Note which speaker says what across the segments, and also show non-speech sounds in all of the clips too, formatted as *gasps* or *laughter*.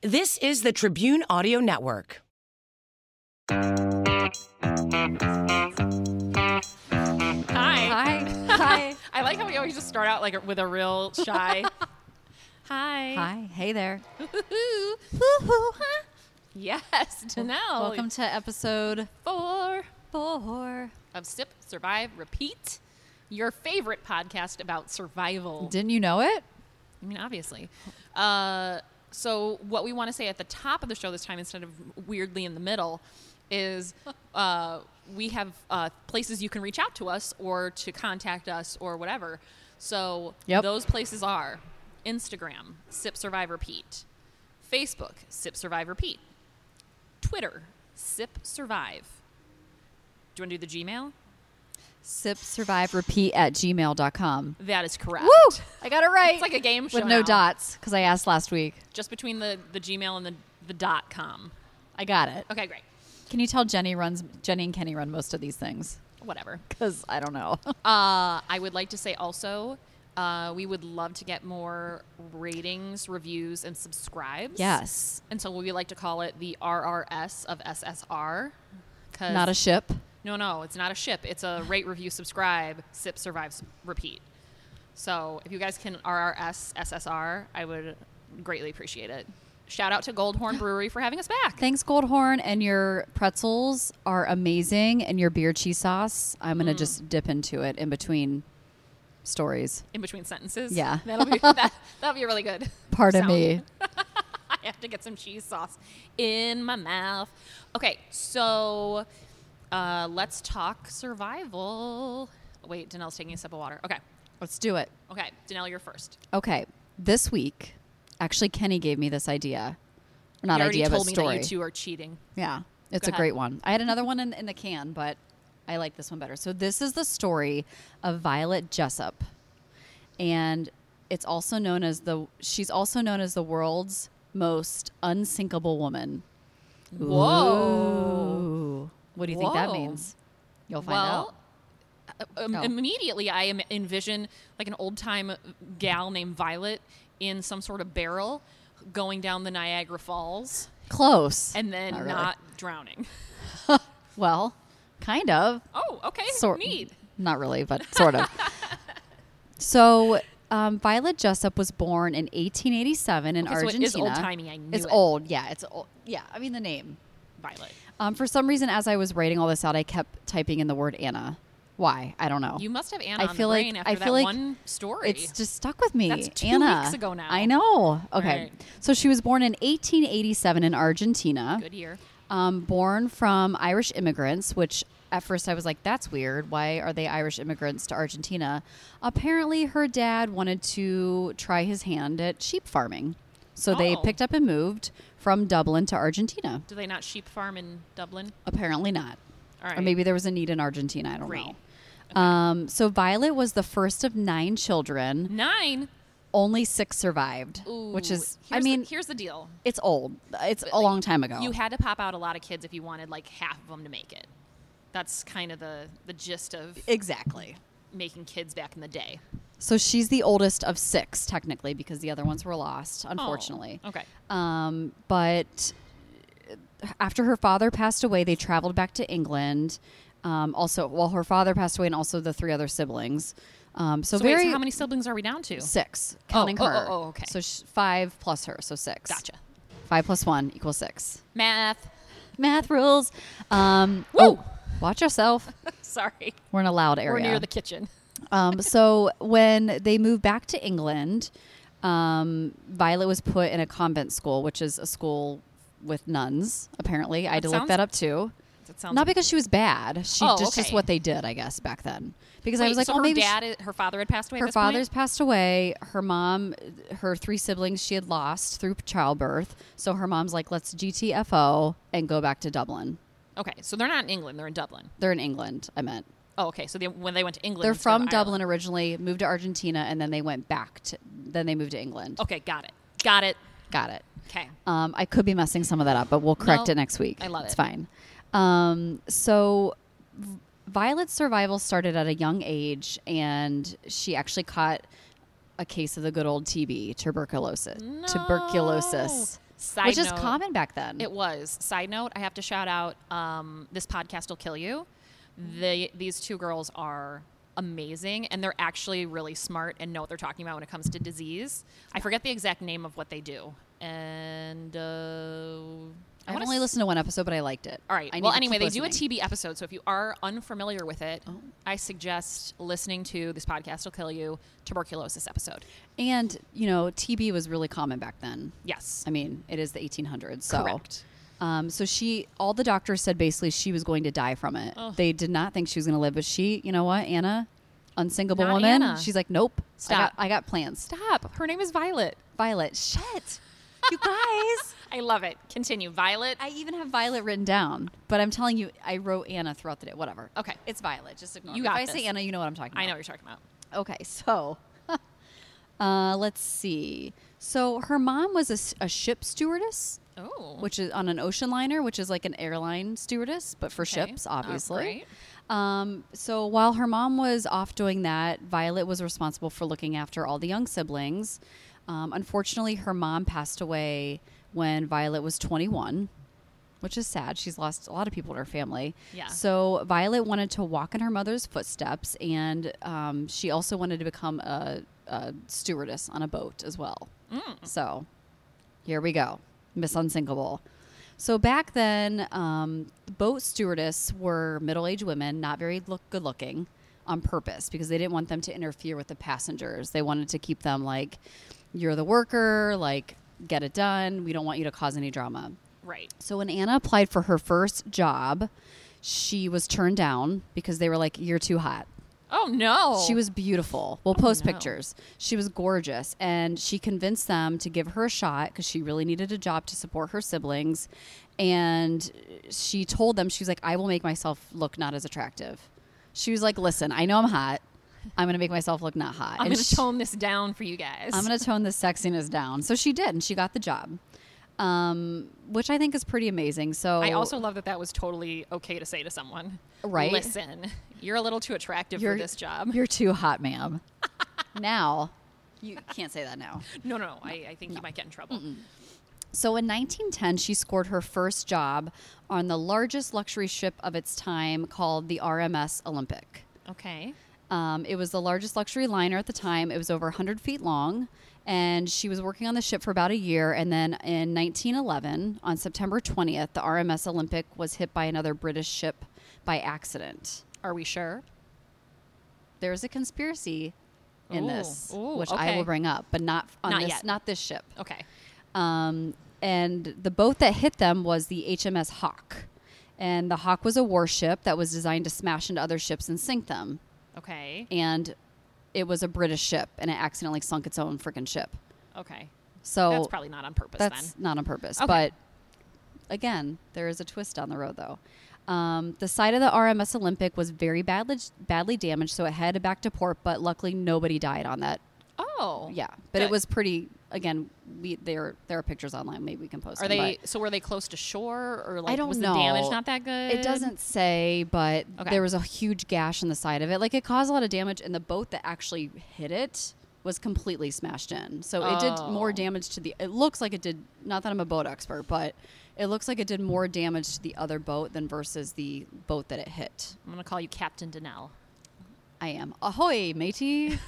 Speaker 1: This is the Tribune Audio Network.
Speaker 2: Hi.
Speaker 3: Hi. Hi.
Speaker 2: I like how we always just start out like with a real shy. Hi.
Speaker 3: *laughs* Hi. Hey there.
Speaker 2: *laughs* Woo-hoo. Yes, Janelle.
Speaker 3: Welcome to episode
Speaker 2: four
Speaker 3: four.
Speaker 2: of Sip, Survive, Repeat, your favorite podcast about survival.
Speaker 3: Didn't you know it?
Speaker 2: I mean, obviously. Uh, so, what we want to say at the top of the show this time, instead of weirdly in the middle,
Speaker 3: *laughs*
Speaker 2: is uh, we have uh, places you can reach out to us or to contact us or whatever. So,
Speaker 3: Yep.
Speaker 2: those places are Instagram, Sip Survive Repeat, Facebook, Sip Survive Repeat, Twitter, Sip Survive. Do you want to do the Gmail?
Speaker 3: Sip, survive, repeat at gmail.com.
Speaker 2: That is correct.
Speaker 3: Woo! I got it right.
Speaker 2: It's like a game show
Speaker 3: With no
Speaker 2: now.
Speaker 3: dots, because I asked last week.
Speaker 2: Just between the, the Gmail and the, the dot com.
Speaker 3: I got it.
Speaker 2: Okay, great.
Speaker 3: Can you tell Jenny runs Jenny and Kenny run most of these things?
Speaker 2: Whatever.
Speaker 3: Because I
Speaker 2: *laughs*
Speaker 3: don't know.
Speaker 2: Uh, I would like to say also, uh, we would love to get more ratings, reviews, and subscribes.
Speaker 3: yes.
Speaker 2: And so we like to call it the RRS of SSR. 'cause-
Speaker 3: Not a ship.
Speaker 2: No, no, it's not a ship. It's a rate, review, subscribe, sip, survive, s- repeat. So if you guys can RRS SSR, I would greatly appreciate it. Shout out to
Speaker 3: *gasps*
Speaker 2: Goldhorn Brewery for having us back.
Speaker 3: Thanks, Goldhorn, and your pretzels are amazing, and your beer cheese sauce. I'm
Speaker 2: Mm.
Speaker 3: gonna just dip into it in between stories.
Speaker 2: In between sentences.
Speaker 3: Yeah.
Speaker 2: That'll be, *laughs* that, that'll be really good.
Speaker 3: Pardon
Speaker 2: sound.
Speaker 3: me.
Speaker 2: I have to get some cheese sauce in my mouth. Okay, so uh, let's talk survival. Wait, Danelle's taking a sip of water. Okay,
Speaker 3: Let's do it.
Speaker 2: okay, Danelle, you're first.
Speaker 3: Okay, this week, actually, Kenny gave me this idea.
Speaker 2: You
Speaker 3: Not
Speaker 2: already
Speaker 3: idea,
Speaker 2: told
Speaker 3: but
Speaker 2: me
Speaker 3: story.
Speaker 2: that you two are cheating.
Speaker 3: yeah, it's
Speaker 2: Go
Speaker 3: a
Speaker 2: ahead.
Speaker 3: great one. I had another one in, in the can, but I like this one better. So this is the story of Violet Jessup, and it's also known as the. She's also known as the world's most unsinkable woman.
Speaker 2: Whoa.
Speaker 3: Ooh. What do you think that
Speaker 2: Whoa.
Speaker 3: means? You'll find
Speaker 2: Well,
Speaker 3: out.
Speaker 2: uh, um,
Speaker 3: Oh.
Speaker 2: immediately I am envision like an old time gal named Violet in some sort of barrel going down the Niagara Falls
Speaker 3: Close.
Speaker 2: and then
Speaker 3: Not
Speaker 2: not,
Speaker 3: really.
Speaker 2: drowning.
Speaker 3: well, kind of.
Speaker 2: Oh, okay.
Speaker 3: sort
Speaker 2: Neat.
Speaker 3: not really but
Speaker 2: *laughs*
Speaker 3: sort of so um, violet jessup was born in 1887 in
Speaker 2: Okay, so it
Speaker 3: argentina
Speaker 2: is old-timey, I knew
Speaker 3: it's
Speaker 2: it.
Speaker 3: old yeah it's old yeah i mean the name
Speaker 2: Violet.
Speaker 3: um, for some reason as i was writing all this out i kept typing in the word anna why i don't know
Speaker 2: You must have Anna
Speaker 3: I
Speaker 2: on
Speaker 3: feel
Speaker 2: the
Speaker 3: like-
Speaker 2: brain after
Speaker 3: I feel
Speaker 2: that
Speaker 3: like
Speaker 2: one story.
Speaker 3: it's just stuck with me.
Speaker 2: That's two
Speaker 3: Anna.
Speaker 2: weeks ago now.
Speaker 3: I know. Okay.
Speaker 2: Right.
Speaker 3: So she was born in 1887 in Argentina.
Speaker 2: good year.
Speaker 3: um, born from Irish immigrants, which at first I was like, that's weird. Why are they Irish immigrants to Argentina? Apparently, her dad wanted to try his hand at sheep farming. So they
Speaker 2: Oh.
Speaker 3: picked up and moved from Dublin to Argentina.
Speaker 2: Do they not sheep farm in Dublin?
Speaker 3: Apparently not.
Speaker 2: All right.
Speaker 3: Or maybe there was a need in Argentina. I don't
Speaker 2: Great.
Speaker 3: know. Um, so Violet was the first of nine children.
Speaker 2: nine.
Speaker 3: Only six survived, which
Speaker 2: Ooh,
Speaker 3: is, I
Speaker 2: here's the-
Speaker 3: mean,
Speaker 2: here's the deal:
Speaker 3: it's old. It's a long time ago.
Speaker 2: you had to pop out a lot of kids if you wanted like half of them to make it. That's kind of the the gist of
Speaker 3: exactly.
Speaker 2: making kids back in the day.
Speaker 3: So she's the oldest of six, technically, because the other ones were lost, unfortunately.
Speaker 2: Oh, okay.
Speaker 3: Um, but uh, after her father passed away, they traveled back to England. Um, also, well, her father passed away, and also the three other siblings. Um, so,
Speaker 2: So, wait,
Speaker 3: very
Speaker 2: so how many siblings are we down to?
Speaker 3: six counting
Speaker 2: oh, oh,
Speaker 3: her.
Speaker 2: oh, okay.
Speaker 3: So sh- five plus her, so six.
Speaker 2: Gotcha.
Speaker 3: Five plus one equals six.
Speaker 2: Math.
Speaker 3: Math rules. Um,
Speaker 2: Woo!
Speaker 3: Oh, watch yourself.
Speaker 2: Sorry.
Speaker 3: We're in a loud area.
Speaker 2: We're near the kitchen.
Speaker 3: Um, so when they moved back to England, um, Violet was put in a convent school, which is a school with nuns. Apparently, I had to
Speaker 2: That
Speaker 3: look
Speaker 2: sounds-
Speaker 3: that up too.
Speaker 2: That sounds
Speaker 3: Not because she was bad. She
Speaker 2: Oh,
Speaker 3: just just
Speaker 2: okay.
Speaker 3: what they did, I guess, back then. Because
Speaker 2: Wait,
Speaker 3: I was like,
Speaker 2: so
Speaker 3: oh,
Speaker 2: her
Speaker 3: maybe she-
Speaker 2: dad, her father had passed away. at
Speaker 3: her
Speaker 2: this point?
Speaker 3: father's passed away. Her mom, her three siblings she had lost through childbirth. So her mom's like, let's GTFO and go back to Dublin.
Speaker 2: Okay, so they're not in England; they're in Dublin.
Speaker 3: They're in England. I meant
Speaker 2: Oh, okay. So they, when they went to England,
Speaker 3: they're
Speaker 2: instead of
Speaker 3: from
Speaker 2: Ireland.
Speaker 3: Dublin originally, moved to Argentina, and then they went back to. Then they moved to England.
Speaker 2: Okay, got it. Got it.
Speaker 3: Got it.
Speaker 2: Okay.
Speaker 3: Um, I could be messing some of that up, but we'll correct
Speaker 2: No,
Speaker 3: it next week.
Speaker 2: I love
Speaker 3: It's
Speaker 2: it.
Speaker 3: fine. Um, so, V- Violet's survival started at a young age, and she actually caught a case of the good old TB, tuberculosis.
Speaker 2: No.
Speaker 3: Tuberculosis.
Speaker 2: Side
Speaker 3: which is
Speaker 2: note-
Speaker 3: common back then.
Speaker 2: It was. Side note, I have to shout out um, this podcast will kill you.
Speaker 3: Mm-hmm.
Speaker 2: They, these two girls are amazing and they're actually really smart and know what they're talking about when it comes to disease. I forget the exact name of what they do. And uh, I
Speaker 3: I've
Speaker 2: wanna
Speaker 3: only
Speaker 2: s-
Speaker 3: listened to one episode, but I liked it.
Speaker 2: All right.
Speaker 3: I need
Speaker 2: well,
Speaker 3: to
Speaker 2: anyway,
Speaker 3: keep
Speaker 2: they do
Speaker 3: listening. Oh.
Speaker 2: a TB episode. So if you are unfamiliar with it, I suggest listening to this podcast will kill you tuberculosis episode.
Speaker 3: and you know TB was really common back then.
Speaker 2: Yes.
Speaker 3: I mean, it is the 1800s. So,
Speaker 2: Correct.
Speaker 3: Um, so she, all the doctors said basically she was going to die from it. They did not think she was going to live, but she, you know what, Anna, unsingable
Speaker 2: Not
Speaker 3: woman,
Speaker 2: Anna.
Speaker 3: she's like, nope,
Speaker 2: Stop.
Speaker 3: I got, I got plans.
Speaker 2: Stop. Her name is Violet.
Speaker 3: Violet, shit,
Speaker 2: *laughs*
Speaker 3: you guys.
Speaker 2: I love it. Continue. Violet.
Speaker 3: I even have Violet written down, but I'm telling you, I wrote Anna throughout the day. Whatever.
Speaker 2: Okay.
Speaker 3: it's Violet. Just ignore.
Speaker 2: You
Speaker 3: it.
Speaker 2: got
Speaker 3: if I say
Speaker 2: this.
Speaker 3: Anna, you know what I'm talking about.
Speaker 2: I know what you're talking about.
Speaker 3: Okay, so *laughs* uh, let's see. So her mom was a s a a ship stewardess.
Speaker 2: Oh.
Speaker 3: which is on an ocean liner, which is like an airline stewardess, but for
Speaker 2: Okay.
Speaker 3: ships,
Speaker 2: All
Speaker 3: obviously.
Speaker 2: right.
Speaker 3: Um, so while her mom was off doing that, Violet was responsible for looking after all the young siblings. Um, unfortunately, her mom passed away when Violet was 21, which is sad. She's lost a lot of people in her family.
Speaker 2: Yeah.
Speaker 3: So Violet wanted to walk in her mother's footsteps, and um, she also wanted to become a, a stewardess on a boat as well. So here we go. Miss Unsinkable. So back then, um, boat stewardess were middle aged women, not very look good looking on purpose because they didn't want them to interfere with the passengers. They wanted to keep them like, you're the worker, like, get it done. We don't want you to cause any drama.
Speaker 2: Right.
Speaker 3: So when Anna applied for her first job, she was turned down because they were like, you're too hot.
Speaker 2: Oh no.
Speaker 3: She was beautiful. We'll post
Speaker 2: no.
Speaker 3: pictures. She was gorgeous. And she convinced them to give her a shot because she really needed a job to support her siblings. And she told them, she was like, I will make myself look not as attractive. She was like, Listen, I know I'm hot. I'm going to make myself look not hot.
Speaker 2: I'm
Speaker 3: And
Speaker 2: gonna
Speaker 3: she-
Speaker 2: tone this down for you guys.
Speaker 3: I'm going to tone this sexiness down. So she did, and she got the job, um, which I think is pretty amazing. So
Speaker 2: I also love that that was totally okay to say to someone.
Speaker 3: Right.
Speaker 2: Listen, you're a little too attractive for this job.
Speaker 3: *laughs* You're too hot, ma'am. now, you can't say that now.
Speaker 2: No, no, no. I, I think you might get in trouble.
Speaker 3: So in 1910, she scored her first job on the largest luxury ship of its time called the RMS Olympic.
Speaker 2: Okay.
Speaker 3: Um, it was the largest luxury liner at the time. It was over 100 feet long. And she was working on the ship for about a year. And then in 1911, on September 20th, the RMS Olympic was hit by another British ship by accident.
Speaker 2: Are we sure?
Speaker 3: There is a conspiracy in
Speaker 2: Ooh,
Speaker 3: this,
Speaker 2: ooh,
Speaker 3: which I
Speaker 2: okay.
Speaker 3: will bring up, but not on
Speaker 2: Not
Speaker 3: this,
Speaker 2: yet.
Speaker 3: not this ship.
Speaker 2: Okay.
Speaker 3: Um, and the boat that hit them was the HMS Hawk. And the Hawk was a warship that was designed to smash into other ships and sink them.
Speaker 2: Okay.
Speaker 3: And it was a British ship, and it accidentally sunk its own freaking ship.
Speaker 2: Okay.
Speaker 3: So
Speaker 2: that's probably not on purpose
Speaker 3: that's
Speaker 2: then.
Speaker 3: not on purpose.
Speaker 2: Okay.
Speaker 3: But again, there is a twist down the road, though. Um, the side of the RMS Olympic was very badly badly damaged, so it headed back to port. But luckily, nobody died on that.
Speaker 2: Oh.
Speaker 3: Yeah, but it
Speaker 2: Good.
Speaker 3: was pretty. Again, we there there are pictures online. Maybe we can post.
Speaker 2: Are
Speaker 3: them,
Speaker 2: they
Speaker 3: but-
Speaker 2: so were they close to shore or like
Speaker 3: I don't
Speaker 2: was
Speaker 3: know.
Speaker 2: the damage not that good?
Speaker 3: It doesn't say, but
Speaker 2: Okay.
Speaker 3: there was a huge gash in the side of it. Like it caused a lot of damage, and the boat that actually hit it was completely smashed in. So it did more
Speaker 2: Oh.
Speaker 3: damage to the. It looks like it did. Not that I'm a boat expert, but it looks like it did more damage to the other boat than versus the boat that it hit.
Speaker 2: I'm gonna call you Captain Danelle.
Speaker 3: I am. Ahoy, matey.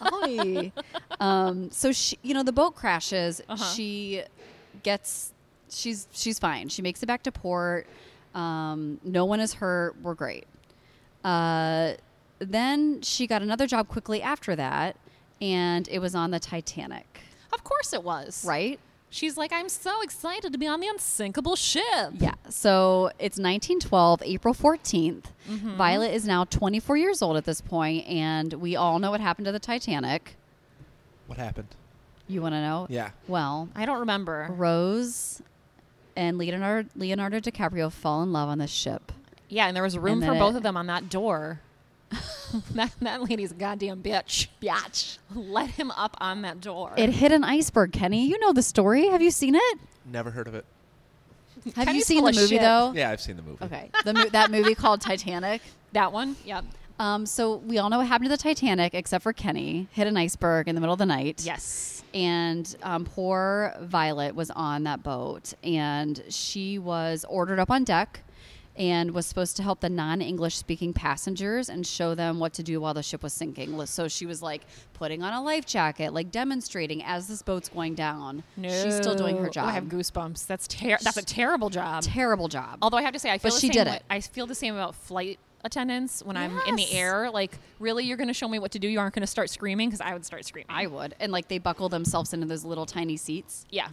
Speaker 3: Ahoy. Um, so she, you know, the boat crashes. She gets, she's, she's fine. She makes it back to port. Um, no one is hurt. We're great. Uh, then she got another job quickly after that, and it was on the Titanic,
Speaker 2: Of course it was.
Speaker 3: right?
Speaker 2: She's like, I'm so excited to be on the unsinkable ship.
Speaker 3: Yeah. So it's 1912, April 14th. Violet is now 24 years old at this point, and we all know what happened to the Titanic.
Speaker 4: What happened?
Speaker 3: You want to know?
Speaker 4: Yeah.
Speaker 3: Well,
Speaker 2: I don't remember.
Speaker 3: Rose and Leonardo Leonardo DiCaprio fall in love on this ship.
Speaker 2: Yeah, and there was room
Speaker 3: And
Speaker 2: for
Speaker 3: then
Speaker 2: both
Speaker 3: it-
Speaker 2: of them on that
Speaker 3: *laughs*
Speaker 2: door. that, that lady's a goddamn bitch. Biatch. Let him up on that door.
Speaker 3: It hit an iceberg, Kenny. You know the story. Have you seen it?
Speaker 4: Never heard of it.
Speaker 3: Have you
Speaker 2: Kenny's
Speaker 3: seen
Speaker 2: full
Speaker 3: the
Speaker 2: of
Speaker 3: movie
Speaker 2: shit.
Speaker 3: though?
Speaker 4: Yeah, I've seen the movie.
Speaker 3: Okay. The mo- that movie called Titanic.
Speaker 2: that one? Yep.
Speaker 3: Um, so we all know what happened to the Titanic, except for Kenny hit an iceberg in the middle of the night.
Speaker 2: Yes.
Speaker 3: And um, poor Violet was on that boat, and she was ordered up on deck, and was supposed to help the non-English speaking passengers and show them what to do while the ship was sinking. Li- So she was like putting on a life jacket, like demonstrating as this boat's going down. She's still doing her
Speaker 2: No.
Speaker 3: job.
Speaker 2: Oh, I have goosebumps. That's ter- that's a terrible job.
Speaker 3: Terrible job.
Speaker 2: Although I have to say, I feel
Speaker 3: But
Speaker 2: the
Speaker 3: she
Speaker 2: same
Speaker 3: did
Speaker 2: wa-
Speaker 3: it.
Speaker 2: I feel the same about flight attendants when I'm in the
Speaker 3: Yes.
Speaker 2: air. Like, really, you're going to show me what to do? You aren't going to start screaming because I would start screaming.
Speaker 3: I would, and like they buckle themselves into those little tiny seats.
Speaker 2: yeah.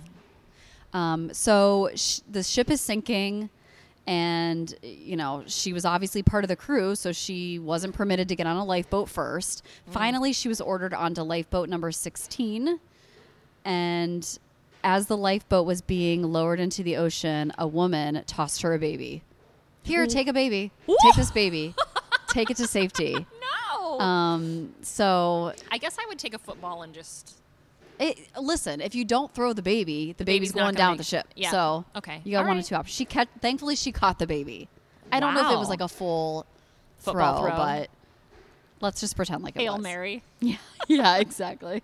Speaker 3: Um, so sh- the ship is sinking, and you know she was obviously part of the crew, so she wasn't permitted to get on a lifeboat first. Finally, she was ordered onto lifeboat number sixteen, and as the lifeboat was being lowered into the ocean, a woman tossed her a baby. Here, take a baby. Take this baby. take it to safety.
Speaker 2: No.
Speaker 3: Um, so
Speaker 2: I guess I would take a football and just.
Speaker 3: It, Eh, listen, if you don't throw the baby, the,
Speaker 2: baby's
Speaker 3: baby's,
Speaker 2: not
Speaker 3: going
Speaker 2: gonna
Speaker 3: down
Speaker 2: make-
Speaker 3: the ship.
Speaker 2: yeah.
Speaker 3: So
Speaker 2: Okay.
Speaker 3: you got
Speaker 2: All
Speaker 3: one
Speaker 2: right.
Speaker 3: of two options. She catch, thankfully she caught the baby. I don't know if it was
Speaker 2: Wow.
Speaker 3: like a full
Speaker 2: Football
Speaker 3: throw,
Speaker 2: throw.
Speaker 3: but let's just pretend like it
Speaker 2: Hail
Speaker 3: was.
Speaker 2: Mary.
Speaker 3: Yeah, *laughs* yeah, exactly.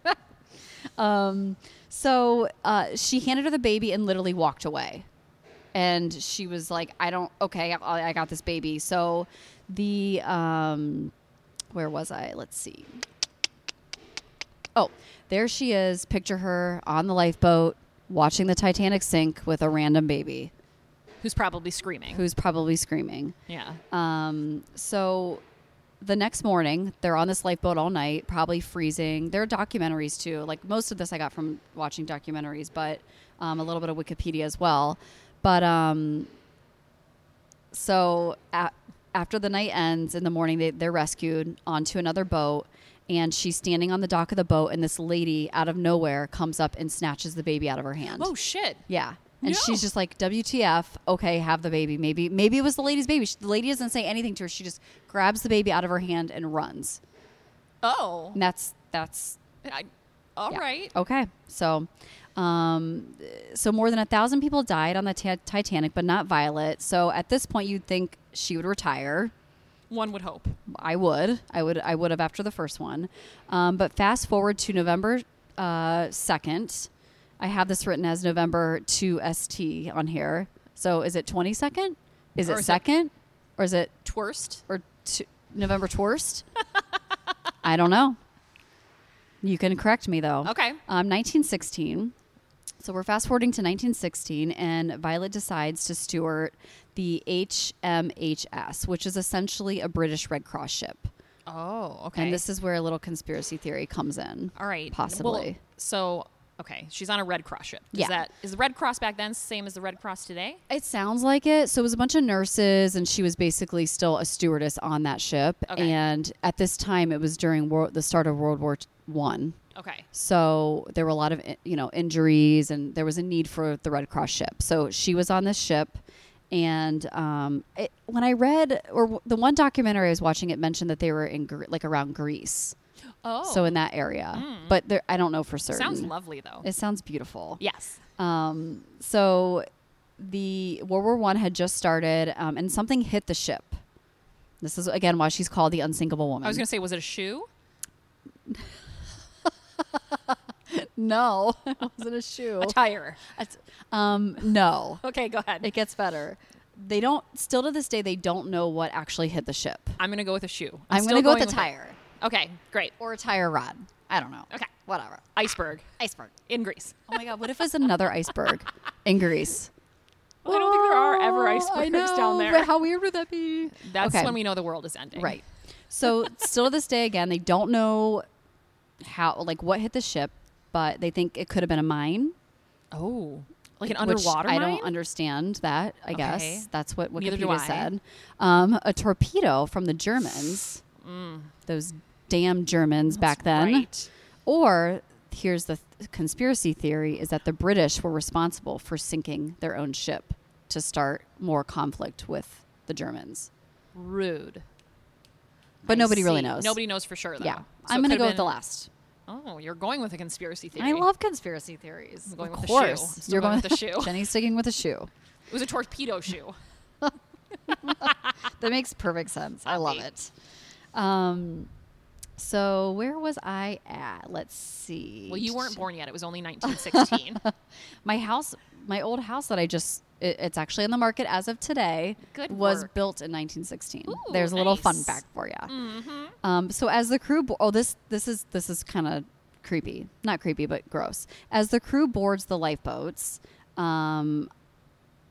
Speaker 3: um, so uh, she handed her the baby and literally walked away. And she was like, I don't, okay, I, I got this baby. So the, um, where was I? Let's see. Oh, there she is. Picture her on the lifeboat watching the Titanic sink with a random baby
Speaker 2: Who's probably screaming.
Speaker 3: who's probably screaming.
Speaker 2: yeah.
Speaker 3: Um, so the next morning, they're on this lifeboat all night, probably freezing. There are documentaries too. Like most of this I got from watching documentaries, but um, a little bit of Wikipedia as well. But um, so a after the night ends, in the morning, they, they're rescued onto another boat. And she's standing on the dock of the boat, and this lady out of nowhere comes up and snatches the baby out of her hand.
Speaker 2: Oh, shit.
Speaker 3: Yeah. And
Speaker 2: No.
Speaker 3: she's just like, WTF, okay, have the baby. Maybe maybe it was the lady's baby. She, the lady doesn't say anything to her. She just grabs the baby out of her hand and runs.
Speaker 2: Oh.
Speaker 3: And that's that's
Speaker 2: I, all
Speaker 3: yeah.
Speaker 2: right.
Speaker 3: Okay. So um so more than a thousand people died on the Ti- Titanic, but not Violet. So at this point you'd think she would retire.
Speaker 2: One would hope.
Speaker 3: I would. I would. I would have after the first one. Um, but fast forward to November uh, second. I have this written as November two st on here. So is it twenty second? Is
Speaker 2: Or
Speaker 3: it
Speaker 2: is it-
Speaker 3: second? Or is it
Speaker 2: Twerst.
Speaker 3: or t-
Speaker 2: *laughs*
Speaker 3: November twirst? I don't know. You can correct me though.
Speaker 2: Okay.
Speaker 3: Um, 1916. So we're fast forwarding to 1916, and Violet decides to steward the HMHS, which is essentially a British Red Cross ship.
Speaker 2: Oh, okay.
Speaker 3: And this is where a little conspiracy theory comes in.
Speaker 2: All right. Well,
Speaker 3: Possibly.
Speaker 2: so, okay, she's on a Red Cross ship. Does
Speaker 3: Yeah.
Speaker 2: that is the Red Cross back then same as the Red Cross today?
Speaker 3: It sounds like it. So it was a bunch of nurses, and she was basically still a stewardess on that ship.
Speaker 2: Okay.
Speaker 3: And at this time, it was during wor- the start of World War One.
Speaker 2: Okay.
Speaker 3: So there were a lot of you know injuries, and there was a need for the Red Cross ship. So she was on this ship, and um, it, when I read or w- the one documentary I was watching, it mentioned that they were in Gre- like around Greece,
Speaker 2: Oh. Hmm.
Speaker 3: so in that area. But there, I don't know for certain.
Speaker 2: sounds lovely though.
Speaker 3: It sounds beautiful.
Speaker 2: yes.
Speaker 3: Um, so the World War One had just started, um, and something hit the ship. This is again why she's called the unsinkable woman.
Speaker 2: I was going to say was it a shoe?
Speaker 3: *laughs* no, *laughs* it wasn't a shoe.
Speaker 2: A tire.
Speaker 3: Um, no,
Speaker 2: Okay, go ahead.
Speaker 3: it gets better. They don't. Still to this day, they don't know what actually hit the ship.
Speaker 2: I'm going to go with a shoe.
Speaker 3: I'm,
Speaker 2: still
Speaker 3: going to go
Speaker 2: going
Speaker 3: with a
Speaker 2: it.
Speaker 3: tire
Speaker 2: Okay, great.
Speaker 3: or a tire rod. I don't know.
Speaker 2: Okay.
Speaker 3: whatever.
Speaker 2: Iceberg
Speaker 3: Iceberg.
Speaker 2: in Greece.
Speaker 3: Oh my god, what if it's another iceberg in Greece?
Speaker 2: *laughs* I don't think there are ever
Speaker 3: Oh, I
Speaker 2: icebergs
Speaker 3: know,
Speaker 2: down there.
Speaker 3: But how weird would that be?
Speaker 2: That's
Speaker 3: Okay.
Speaker 2: when we know the world is ending.
Speaker 3: Right. So still to this day, again, they don't know how, like, what hit the ship, but they think it could have been a mine.
Speaker 2: Oh. Like an
Speaker 3: which
Speaker 2: underwater
Speaker 3: I
Speaker 2: mine?
Speaker 3: don't understand that. I
Speaker 2: Okay.
Speaker 3: guess that's what
Speaker 2: Neither do
Speaker 3: Wikipedia
Speaker 2: I.
Speaker 3: said. Um, a torpedo from the Germans.
Speaker 2: Mm.
Speaker 3: Those damn Germans back then.
Speaker 2: right.
Speaker 3: Or here's the th- conspiracy theory: is that the British were responsible for sinking their own ship to start more conflict with the Germans.
Speaker 2: Rude.
Speaker 3: But
Speaker 2: I
Speaker 3: nobody really
Speaker 2: see.
Speaker 3: knows.
Speaker 2: Nobody knows for sure though.
Speaker 3: Yeah,
Speaker 2: So
Speaker 3: I'm
Speaker 2: it
Speaker 3: gonna
Speaker 2: could've
Speaker 3: go with the
Speaker 2: been-
Speaker 3: last.
Speaker 2: Oh, you're going with a conspiracy theory.
Speaker 3: I love conspiracy theories.
Speaker 2: I'm going
Speaker 3: of
Speaker 2: with the shoe.
Speaker 3: course,
Speaker 2: Still going with the shoe.
Speaker 3: *laughs* Jenny's sticking with the shoe.
Speaker 2: It was a torpedo shoe.
Speaker 3: That makes perfect sense. I love it. Um, so where was I at? Let's see.
Speaker 2: Well, you weren't born yet. It was only 1916.
Speaker 3: *laughs* My house, my old house that I just, it, it's actually on the market as of today,
Speaker 2: Good
Speaker 3: was
Speaker 2: work.
Speaker 3: built in 1916.
Speaker 2: Ooh,
Speaker 3: There's a little fun
Speaker 2: nice. Mm-hmm.
Speaker 3: fact for you. Um, so as the crew, bo- oh, this, this is, this is kind of creepy, not creepy, but gross. As the crew boards the lifeboats, um,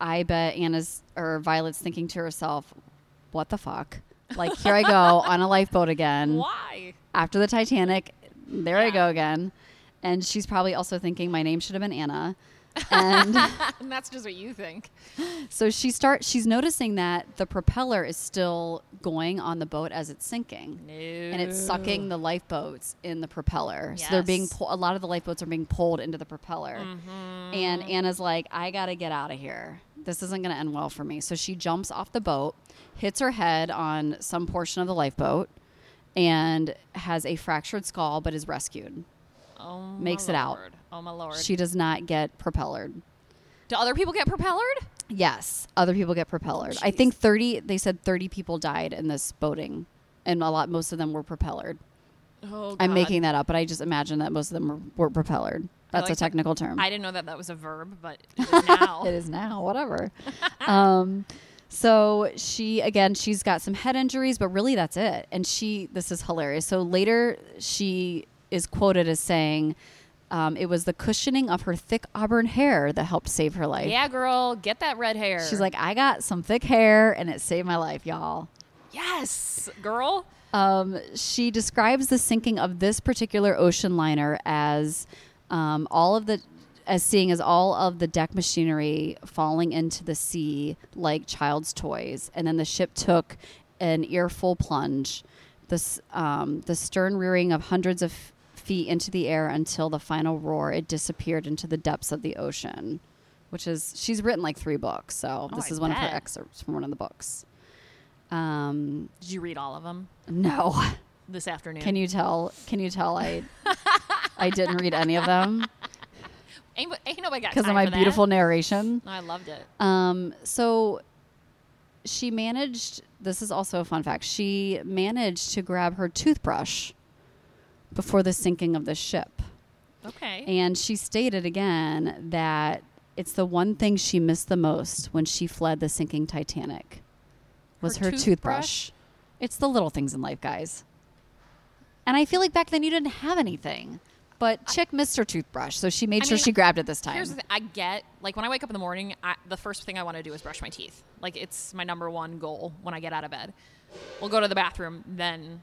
Speaker 3: I bet Anna's or Violet's thinking to herself, what the fuck? Like,
Speaker 2: *laughs*
Speaker 3: here I go on a lifeboat again
Speaker 2: Why?
Speaker 3: after the Titanic. There I
Speaker 2: Yeah.
Speaker 3: go again. And she's probably also thinking my name should have been Anna. And
Speaker 2: And that's just what you think.
Speaker 3: so she start she's noticing that the propeller is still going on the boat as it's sinking.
Speaker 2: No.
Speaker 3: And it's sucking the lifeboats in the propeller. So they're being
Speaker 2: Yes.
Speaker 3: pulled a lot of the lifeboats are being pulled into the propeller. And
Speaker 2: Mm-hmm.
Speaker 3: Anna's like, I gotta get out of here. This isn't gonna end well for me. So she jumps off the boat, hits her head on some portion of the lifeboat, and has a fractured skull but is rescued.
Speaker 2: Oh, my
Speaker 3: makes it out.
Speaker 2: lord. Oh my lord.
Speaker 3: She does not get propellered.
Speaker 2: Do other people get propellered?
Speaker 3: Yes, other people get propellered. I think 30 they said 30 people died in this boating and a lot most of them were propellered.
Speaker 2: Oh,
Speaker 3: I'm making that up, but I just imagine that most of them were, were propellered. That's a
Speaker 2: like that.
Speaker 3: technical term.
Speaker 2: I didn't know that that was a verb,
Speaker 3: *laughs*
Speaker 2: but it is now.
Speaker 3: it is now, whatever. *laughs* um so she again she's got some head injuries, but really that's it. And she this is hilarious. So later she is quoted as saying um, it was the cushioning of her thick auburn hair that helped save her life.
Speaker 2: Yeah, girl, get that red hair.
Speaker 3: She's like, I got some thick hair and it saved my life, y'all.
Speaker 2: yes, girl.
Speaker 3: Um, she describes the sinking of this particular ocean liner as um, all of the as seeing as all of the deck machinery falling into the sea like child's toys, and then the ship took an earful plunge, this um, the stern rearing of hundreds of feet into the air until the final roar it disappeared into the depths of the ocean, which is she's written like three books, so
Speaker 2: Oh,
Speaker 3: this
Speaker 2: I
Speaker 3: is one of
Speaker 2: bet.
Speaker 3: her excerpts from one of the books. Um,
Speaker 2: Did you read all of them
Speaker 3: no. *laughs*
Speaker 2: this afternoon?
Speaker 3: Can you tell? Can you tell? I I didn't read any of them
Speaker 2: Ain't, ain't nobody got
Speaker 3: because of
Speaker 2: time
Speaker 3: my
Speaker 2: for that.
Speaker 3: beautiful narration.
Speaker 2: No, I loved it.
Speaker 3: Um, so she managed. This is also a fun fact. She managed to grab her toothbrush before the sinking of the ship,
Speaker 2: Okay.
Speaker 3: and she stated again that it's the one thing she missed the most when she fled the sinking Titanic was her,
Speaker 2: Her
Speaker 3: toothbrush. It's the little things in life, guys. And I feel like back then you didn't have anything. But chick missed her toothbrush, so she made
Speaker 2: I
Speaker 3: sure
Speaker 2: mean,
Speaker 3: she grabbed it this time.
Speaker 2: Here's the thing. I get like when I wake up in the morning, I, the first thing I want to do is brush my teeth. Like it's my number one goal when I get out of bed. We'll go to the bathroom, then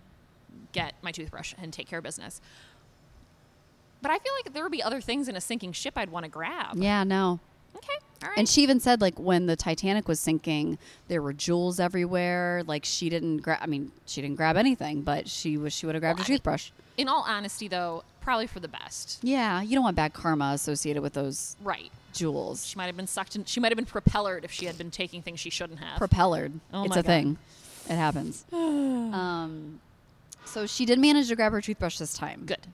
Speaker 2: get my toothbrush and take care of business. But I feel like there would be other things in a sinking ship I'd want to grab.
Speaker 3: Yeah, no.
Speaker 2: Okay, all right.
Speaker 3: And she even said like when the Titanic was sinking, there were jewels everywhere. Like she didn't grab. I mean, she didn't grab anything, but she was she would have grabbed
Speaker 2: Well, I
Speaker 3: her
Speaker 2: mean-
Speaker 3: toothbrush.
Speaker 2: in all honesty, though, probably for the best.
Speaker 3: yeah, you don't want bad karma associated with those
Speaker 2: Right.
Speaker 3: jewels.
Speaker 2: She might have been sucked in. She might have been propellered if she had been taking things she shouldn't have.
Speaker 3: propellered.
Speaker 2: Oh
Speaker 3: it's
Speaker 2: my
Speaker 3: a
Speaker 2: God.
Speaker 3: thing. It happens.
Speaker 2: *sighs*
Speaker 3: um, so she did manage to grab her toothbrush this time.
Speaker 2: Good.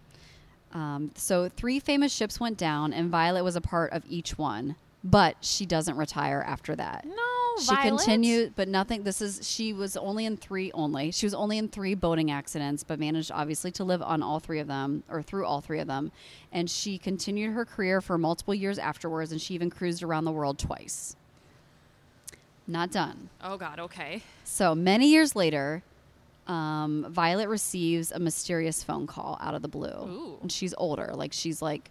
Speaker 3: Um, so three famous ships went down, and Violet was a part of each one. But she doesn't retire after that.
Speaker 2: No,
Speaker 3: She
Speaker 2: Violet?
Speaker 3: continued, but nothing. This is she was only in three only. She was only in three boating accidents, but managed obviously to live on all three of them or through all three of them. And she continued her career for multiple years afterwards, and she even cruised around the world twice. Not done.
Speaker 2: Oh God. Okay.
Speaker 3: So many years later, um, Violet receives a mysterious phone call out of the blue.
Speaker 2: Ooh.
Speaker 3: And she's older, like she's like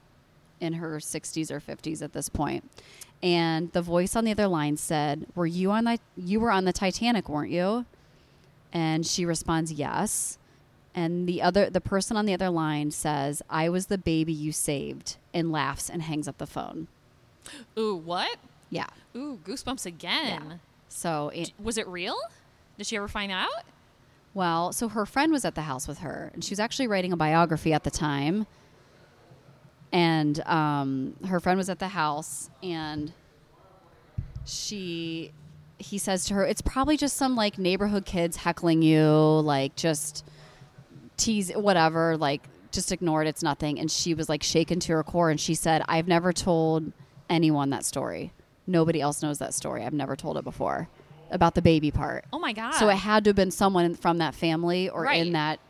Speaker 3: in her 60s or 50s at this point. And the voice on the other line said, "Were you on the you were on the Titanic, weren't you?" And she responds, "Yes." And the other the person on the other line says, "I was the baby you saved." And laughs and hangs up the phone.
Speaker 2: Ooh, what?
Speaker 3: Yeah.
Speaker 2: Ooh, goosebumps again.
Speaker 3: So it,
Speaker 2: was it real? Did she ever find out?
Speaker 3: Well, so her friend was at the house with her, and she was actually writing a biography at the time. And um, her friend was at the house, and she, he says to her, "It's probably just some like neighborhood kids heckling you, like just tease, whatever, like just ignore it. It's nothing." And she was like shaken to her core, and she said, "I've never told anyone that story. Nobody else knows that story. I've never told it before." about the baby part.
Speaker 2: Oh my god.
Speaker 3: So it had to have been someone in- from that family or
Speaker 2: Right.
Speaker 3: in that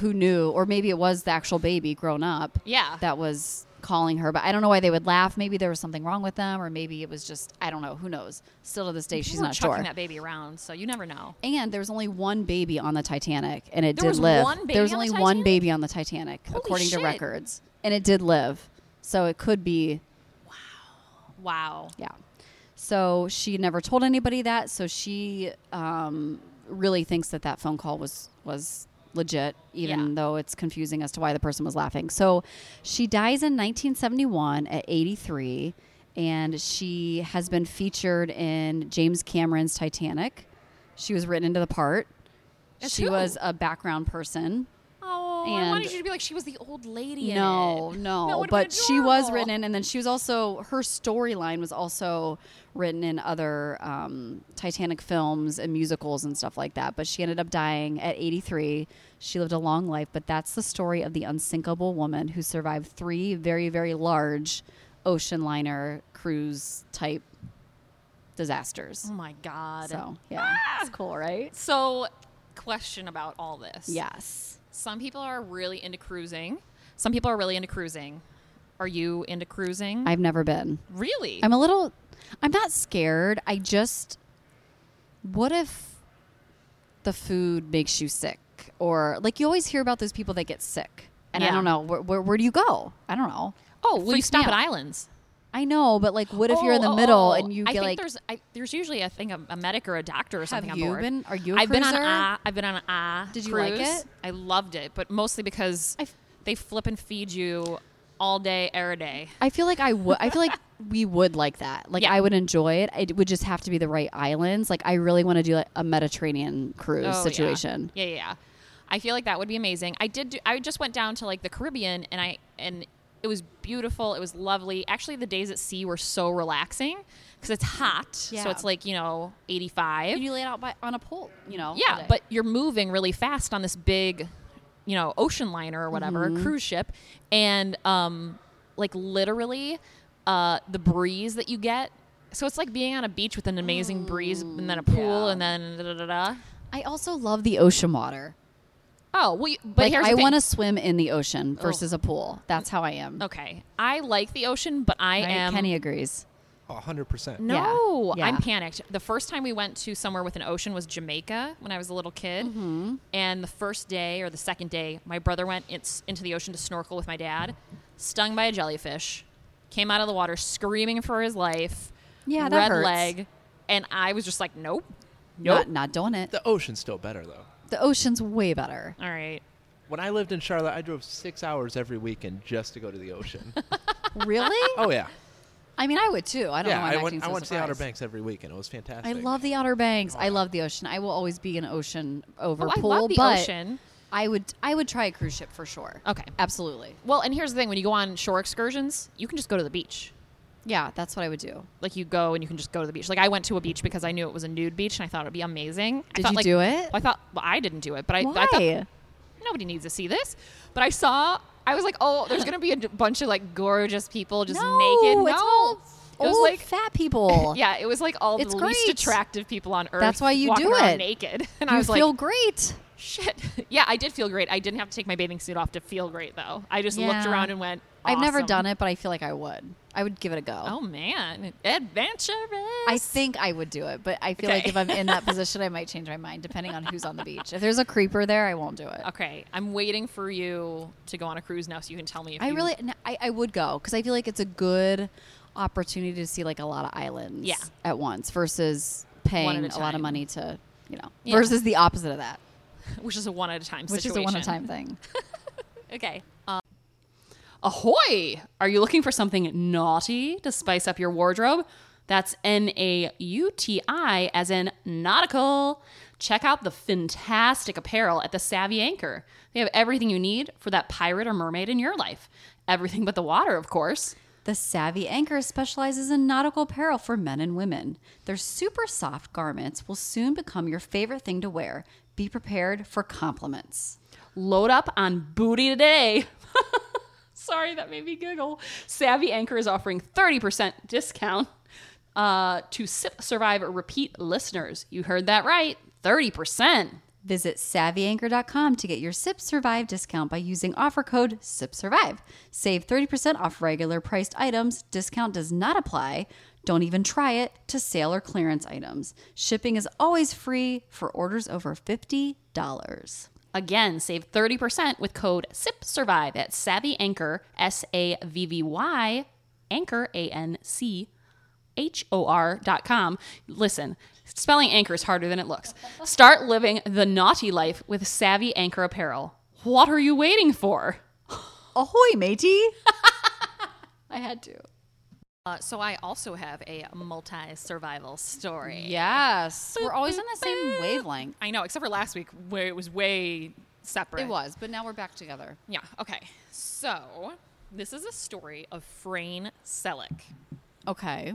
Speaker 3: who knew, or maybe it was the actual baby grown up.
Speaker 2: Yeah.
Speaker 3: That was calling her, but I don't know why they would laugh. Maybe there was something wrong with them, or maybe it was just, I don't know. Who knows? Still to this day,
Speaker 2: People
Speaker 3: she's
Speaker 2: were
Speaker 3: not
Speaker 2: chucking
Speaker 3: sure.
Speaker 2: that baby around, so you never know.
Speaker 3: And there was only one baby on the Titanic, and it
Speaker 2: There
Speaker 3: did
Speaker 2: was
Speaker 3: live.
Speaker 2: one baby
Speaker 3: there was
Speaker 2: on the
Speaker 3: only one
Speaker 2: Titanic?
Speaker 3: baby on the Titanic, according
Speaker 2: shit.
Speaker 3: to records, and it did live. So it could be,
Speaker 2: Wow.
Speaker 3: yeah. So she never told anybody that. So she um, really thinks that that phone call was was legit, even
Speaker 2: Yeah.
Speaker 3: though it's confusing as to why the person was laughing. So she dies in 1971 at 83, and she has been featured in James Cameron's Titanic. She was written into the part.
Speaker 2: As
Speaker 3: she
Speaker 2: who?
Speaker 3: was a background person.
Speaker 2: Oh, I wanted
Speaker 3: And-
Speaker 2: you to be like she was the old lady.
Speaker 3: No,
Speaker 2: in it. That
Speaker 3: no,
Speaker 2: would've been
Speaker 3: but she was
Speaker 2: adorable.
Speaker 3: written in, and then she was also her storyline was also written in other um, Titanic films and musicals and stuff like that. But she ended up dying at 83. She lived a long life, but that's the story of the unsinkable woman who survived three very, very large ocean liner cruise type disasters.
Speaker 2: Oh my god.
Speaker 3: So yeah,
Speaker 2: Ah!
Speaker 3: it's cool, right?
Speaker 2: So, question about all this.
Speaker 3: Yes.
Speaker 2: Some people are really into cruising. Some people are really into cruising. Are you into cruising?
Speaker 3: I've never been.
Speaker 2: really?
Speaker 3: I'm a little. I'm not scared. I just. What if the food makes you sick? Or, like, you always hear about those people that get sick. And I
Speaker 2: Yeah.
Speaker 3: don't know. Where, where, where do you go? I don't know.
Speaker 2: oh, will you
Speaker 3: freaks me
Speaker 2: stop at
Speaker 3: out.
Speaker 2: islands?
Speaker 3: I know, but, like, what if you're in the
Speaker 2: Oh, oh,
Speaker 3: middle
Speaker 2: oh.
Speaker 3: and you
Speaker 2: I
Speaker 3: get,
Speaker 2: think
Speaker 3: like.
Speaker 2: there's I, there's usually I think a, a medic or a doctor or something
Speaker 3: you
Speaker 2: on board.
Speaker 3: been- are you a
Speaker 2: I've been on
Speaker 3: cruiser?
Speaker 2: a I've been on a
Speaker 3: Did you like
Speaker 2: cruise.
Speaker 3: it?
Speaker 2: I loved it, but mostly because
Speaker 3: I f-
Speaker 2: they flip and feed you all day, every day.
Speaker 3: I feel like I would. I feel like
Speaker 2: *laughs*
Speaker 3: we would like that. Like
Speaker 2: Yeah.
Speaker 3: I would enjoy it. It would just have to be the right islands. Like I really want to do like a Mediterranean cruise
Speaker 2: Oh, yeah.
Speaker 3: situation.
Speaker 2: Yeah. yeah, yeah, I feel like that would be amazing. I did. Do, I just went down to like the Caribbean, and I and it was beautiful. It was lovely. Actually, the days at sea were so relaxing because it's hot.
Speaker 3: Yeah.
Speaker 2: So it's like you know eighty five.
Speaker 3: And you lay it out by, on a pole, you know. all
Speaker 2: Yeah,
Speaker 3: day.
Speaker 2: but you're moving really fast on this big, you know, ocean liner or whatever,
Speaker 3: Mm-hmm.
Speaker 2: cruise ship, and um, like literally, uh, the breeze that you get. So it's like being on a beach with an amazing breeze, and then a pool,
Speaker 3: Mm, yeah.
Speaker 2: and then da da da. da.
Speaker 3: I also love the ocean water.
Speaker 2: Oh well, you, but
Speaker 3: like
Speaker 2: here's
Speaker 3: I
Speaker 2: the thing. Oh.
Speaker 3: want to swim in the ocean versus a pool. That's how I am.
Speaker 2: Okay, um, I like the ocean, but I
Speaker 3: Right?
Speaker 2: am
Speaker 3: Kenny agrees.
Speaker 4: A Oh, hundred percent.
Speaker 2: No,
Speaker 3: Yeah.
Speaker 2: I'm
Speaker 3: Yeah.
Speaker 2: panicked. The first time we went to somewhere with an ocean was Jamaica when I was a little kid.
Speaker 3: Mm-hmm.
Speaker 2: And the first day or the second day, my brother went in- into the ocean to snorkel with my dad, stung by a jellyfish, came out of the water screaming for his life.
Speaker 3: Yeah, that
Speaker 2: red
Speaker 3: hurts.
Speaker 2: leg, and I was just like, nope, nope.
Speaker 3: Not not doing it.
Speaker 4: The ocean's still better though.
Speaker 3: The ocean's
Speaker 2: *laughs*
Speaker 3: way better.
Speaker 2: All right,
Speaker 4: When I lived in Charlotte, I drove six hours every weekend just to go to
Speaker 3: *laughs*
Speaker 4: the ocean.
Speaker 3: really?
Speaker 4: oh yeah,
Speaker 3: I mean, I would too. I don't
Speaker 4: yeah.
Speaker 3: know. why I'm acting
Speaker 4: I went.
Speaker 3: so
Speaker 4: I went to the Outer
Speaker 3: surprised.
Speaker 4: Banks every weekend. It was fantastic.
Speaker 3: I love the Outer Banks. I love the ocean. I will always be an ocean over
Speaker 2: Oh, I
Speaker 3: pool,
Speaker 2: love the
Speaker 3: but
Speaker 2: ocean.
Speaker 3: I would I would try a cruise ship for sure.
Speaker 2: Okay.
Speaker 3: Absolutely.
Speaker 2: Well, and here's the thing: when you go on shore excursions, you can just go to the beach.
Speaker 3: Yeah, that's what I would do.
Speaker 2: Like you go and you can just go to the beach. Like I went to a beach because I knew it was a nude beach and I thought it'd be amazing. I
Speaker 3: Did
Speaker 2: thought,
Speaker 3: you
Speaker 2: like-
Speaker 3: do it?
Speaker 2: I thought well, I didn't do it, but I,
Speaker 3: Why?
Speaker 2: I thought nobody needs to see this. But I saw, I was like, oh, there's gonna be a d- bunch of like gorgeous people just naked.
Speaker 3: No, it's
Speaker 2: No.
Speaker 3: all
Speaker 2: it was
Speaker 3: old
Speaker 2: like
Speaker 3: fat people.
Speaker 2: *laughs* yeah, it was like all
Speaker 3: It's
Speaker 2: the least
Speaker 3: great.
Speaker 2: attractive people on earth.
Speaker 3: That's why you
Speaker 2: walking
Speaker 3: do
Speaker 2: around
Speaker 3: it.
Speaker 2: naked, *laughs* and
Speaker 3: You
Speaker 2: I was
Speaker 3: feel
Speaker 2: like,
Speaker 3: great.
Speaker 2: shit. *laughs* yeah, I did feel great. I didn't have to take my bathing suit off to feel great though. I just looked
Speaker 3: Yeah.
Speaker 2: around and went.
Speaker 3: I've never
Speaker 2: awesome.
Speaker 3: done it, but I feel like I would. I would give it a go.
Speaker 2: Oh man, adventurous.
Speaker 3: I think I would do it, but I feel like
Speaker 2: Okay.
Speaker 3: if I'm in
Speaker 2: *laughs*
Speaker 3: that position, I might change my mind depending on who's on the beach. If there's a creeper there, I won't do it.
Speaker 2: Okay, I'm waiting for you to go on a cruise now, so you can tell me if
Speaker 3: I
Speaker 2: you-
Speaker 3: really, no, I, I would go because I feel like it's a good opportunity to see like a lot of islands
Speaker 2: Yeah.
Speaker 3: at once versus paying
Speaker 2: at
Speaker 3: a,
Speaker 2: a
Speaker 3: lot of
Speaker 2: time.
Speaker 3: money to, you know,
Speaker 2: Yeah.
Speaker 3: versus the opposite of that,
Speaker 2: *laughs* which is a one at a time,
Speaker 3: which
Speaker 2: situation.
Speaker 3: is a one time thing.
Speaker 2: *laughs* Okay. Um, Ahoy! Are you looking for something naughty to spice up your wardrobe? That's N A U T I, as in nautical. Check out the fantastic apparel at the Savvy Anchor. They have everything you need for that pirate or mermaid in your life. Everything but the water, of course.
Speaker 3: The Savvy Anchor specializes in nautical apparel for men and women. Their super soft garments will soon become your favorite thing to wear. Be prepared for compliments.
Speaker 2: Load up on booty today. *laughs* Sorry, that made me giggle. Savvy Anchor is offering 30% discount uh, to sip, survive, or repeat listeners. You heard that right. 30%.
Speaker 3: Visit savvyanchor.com to get your Sip Survive discount by using offer code SIPSurvive. Save 30% off regular priced items. Discount does not apply. Don't even try it to sale or clearance items. Shipping is always free for orders over $50.
Speaker 2: Again, save 30% with code SIPSurvive at Savvy Anchor, S A V V Y, Anchor, A N C H O R dot com. Listen, spelling anchor is harder than it looks. Start living the naughty life with Savvy Anchor apparel. What are you waiting for?
Speaker 3: Ahoy, matey! *laughs* I had to.
Speaker 2: Uh, so, I also have a multi survival story.
Speaker 3: Yes. We're always on the same wavelength.
Speaker 2: I know, except for last week where it was way separate.
Speaker 3: It was, but now we're back together.
Speaker 2: Yeah. Okay. So this is a story of Frayne Selleck,
Speaker 3: Okay.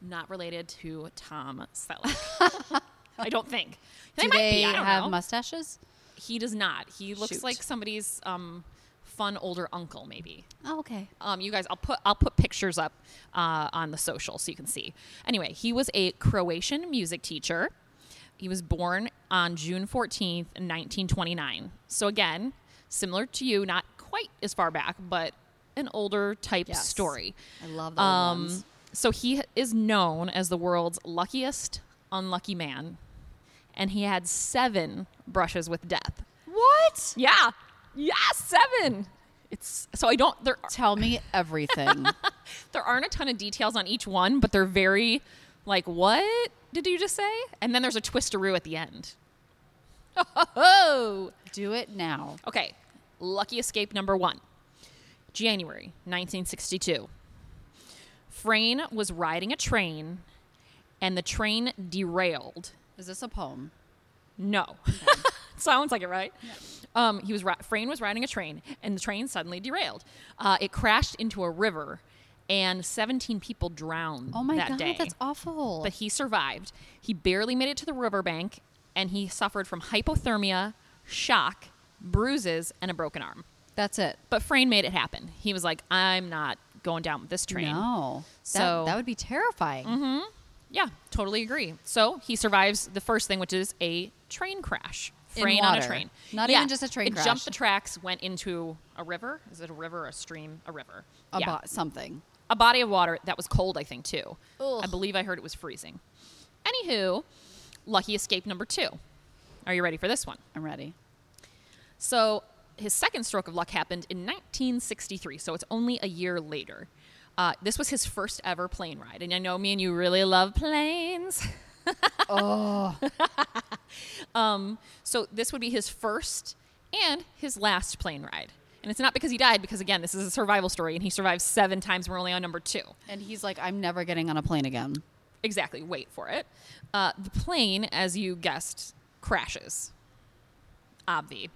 Speaker 2: not related to Tom Selleck. *laughs* I don't think. They
Speaker 3: Do
Speaker 2: might
Speaker 3: they
Speaker 2: be. I don't
Speaker 3: have
Speaker 2: know.
Speaker 3: mustaches?
Speaker 2: he does not. He looks
Speaker 3: Shoot.
Speaker 2: like somebody's um, fun older uncle, maybe.
Speaker 3: Oh, okay.
Speaker 2: Um, you guys, I'll put I'll put pictures up uh, on the social so you can see. Anyway, he was a Croatian music teacher. He was born on June fourteenth, nineteen twenty nine. So again, similar to you, not quite as far back, but an older type
Speaker 3: Yes.
Speaker 2: story.
Speaker 3: I love those
Speaker 2: Um,
Speaker 3: ones.
Speaker 2: so he is known as the world's luckiest unlucky man, and he had seven brushes with death.
Speaker 3: What?
Speaker 2: Yeah, yeah, seven. It's so I don't. There
Speaker 3: Tell me everything. *laughs*
Speaker 2: there aren't a ton of details on each one, but they're very like, what did you just say? And then there's a twisteroo at the end. *laughs* Oh,
Speaker 3: Do it now.
Speaker 2: okay. Lucky escape number one, January 1962. Frayne was riding a train, and the train derailed.
Speaker 3: Is this a poem?
Speaker 2: No. *laughs* Sounds like it, right? Um, he was ri- Frayne was riding a train, and the train suddenly derailed. Uh, it crashed into a river, and 17 people drowned.
Speaker 3: Oh my
Speaker 2: that
Speaker 3: god,
Speaker 2: day.
Speaker 3: that's awful.
Speaker 2: But he survived. He barely made it to the riverbank, and he suffered from hypothermia, shock, bruises, and a broken arm.
Speaker 3: that's it.
Speaker 2: But Frayne made it happen. He was like, "I'm not going down with this train."
Speaker 3: No.
Speaker 2: So-
Speaker 3: that, that would be terrifying.
Speaker 2: Yeah, totally agree. So he survives the first thing, which is a train crash.
Speaker 3: In
Speaker 2: Train on a
Speaker 3: water.
Speaker 2: train.
Speaker 3: Not even just a train
Speaker 2: it
Speaker 3: crash.
Speaker 2: jumped the tracks, went into a river. Is it a river, a stream, a river?
Speaker 3: A
Speaker 2: yeah.
Speaker 3: bo- something.
Speaker 2: a body of water that was cold, I think, too.
Speaker 3: Ugh.
Speaker 2: I believe I heard it was freezing. Anywho, lucky escape number two. Are you ready for this one?
Speaker 3: I'm ready.
Speaker 2: So his second stroke of luck happened in 1963, so it's only a year later. Uh, this was his first ever plane ride, and I know me and you really love planes. *laughs* oh. um, so this would be his first and his last plane ride. And it's not because he died, because again, this is a survival story, and he survived seven times. We're only on number two.
Speaker 3: And he's like, I'm never getting on a plane again.
Speaker 2: Exactly. Wait for it. Uh, the plane, as you guessed, crashes. Obvi.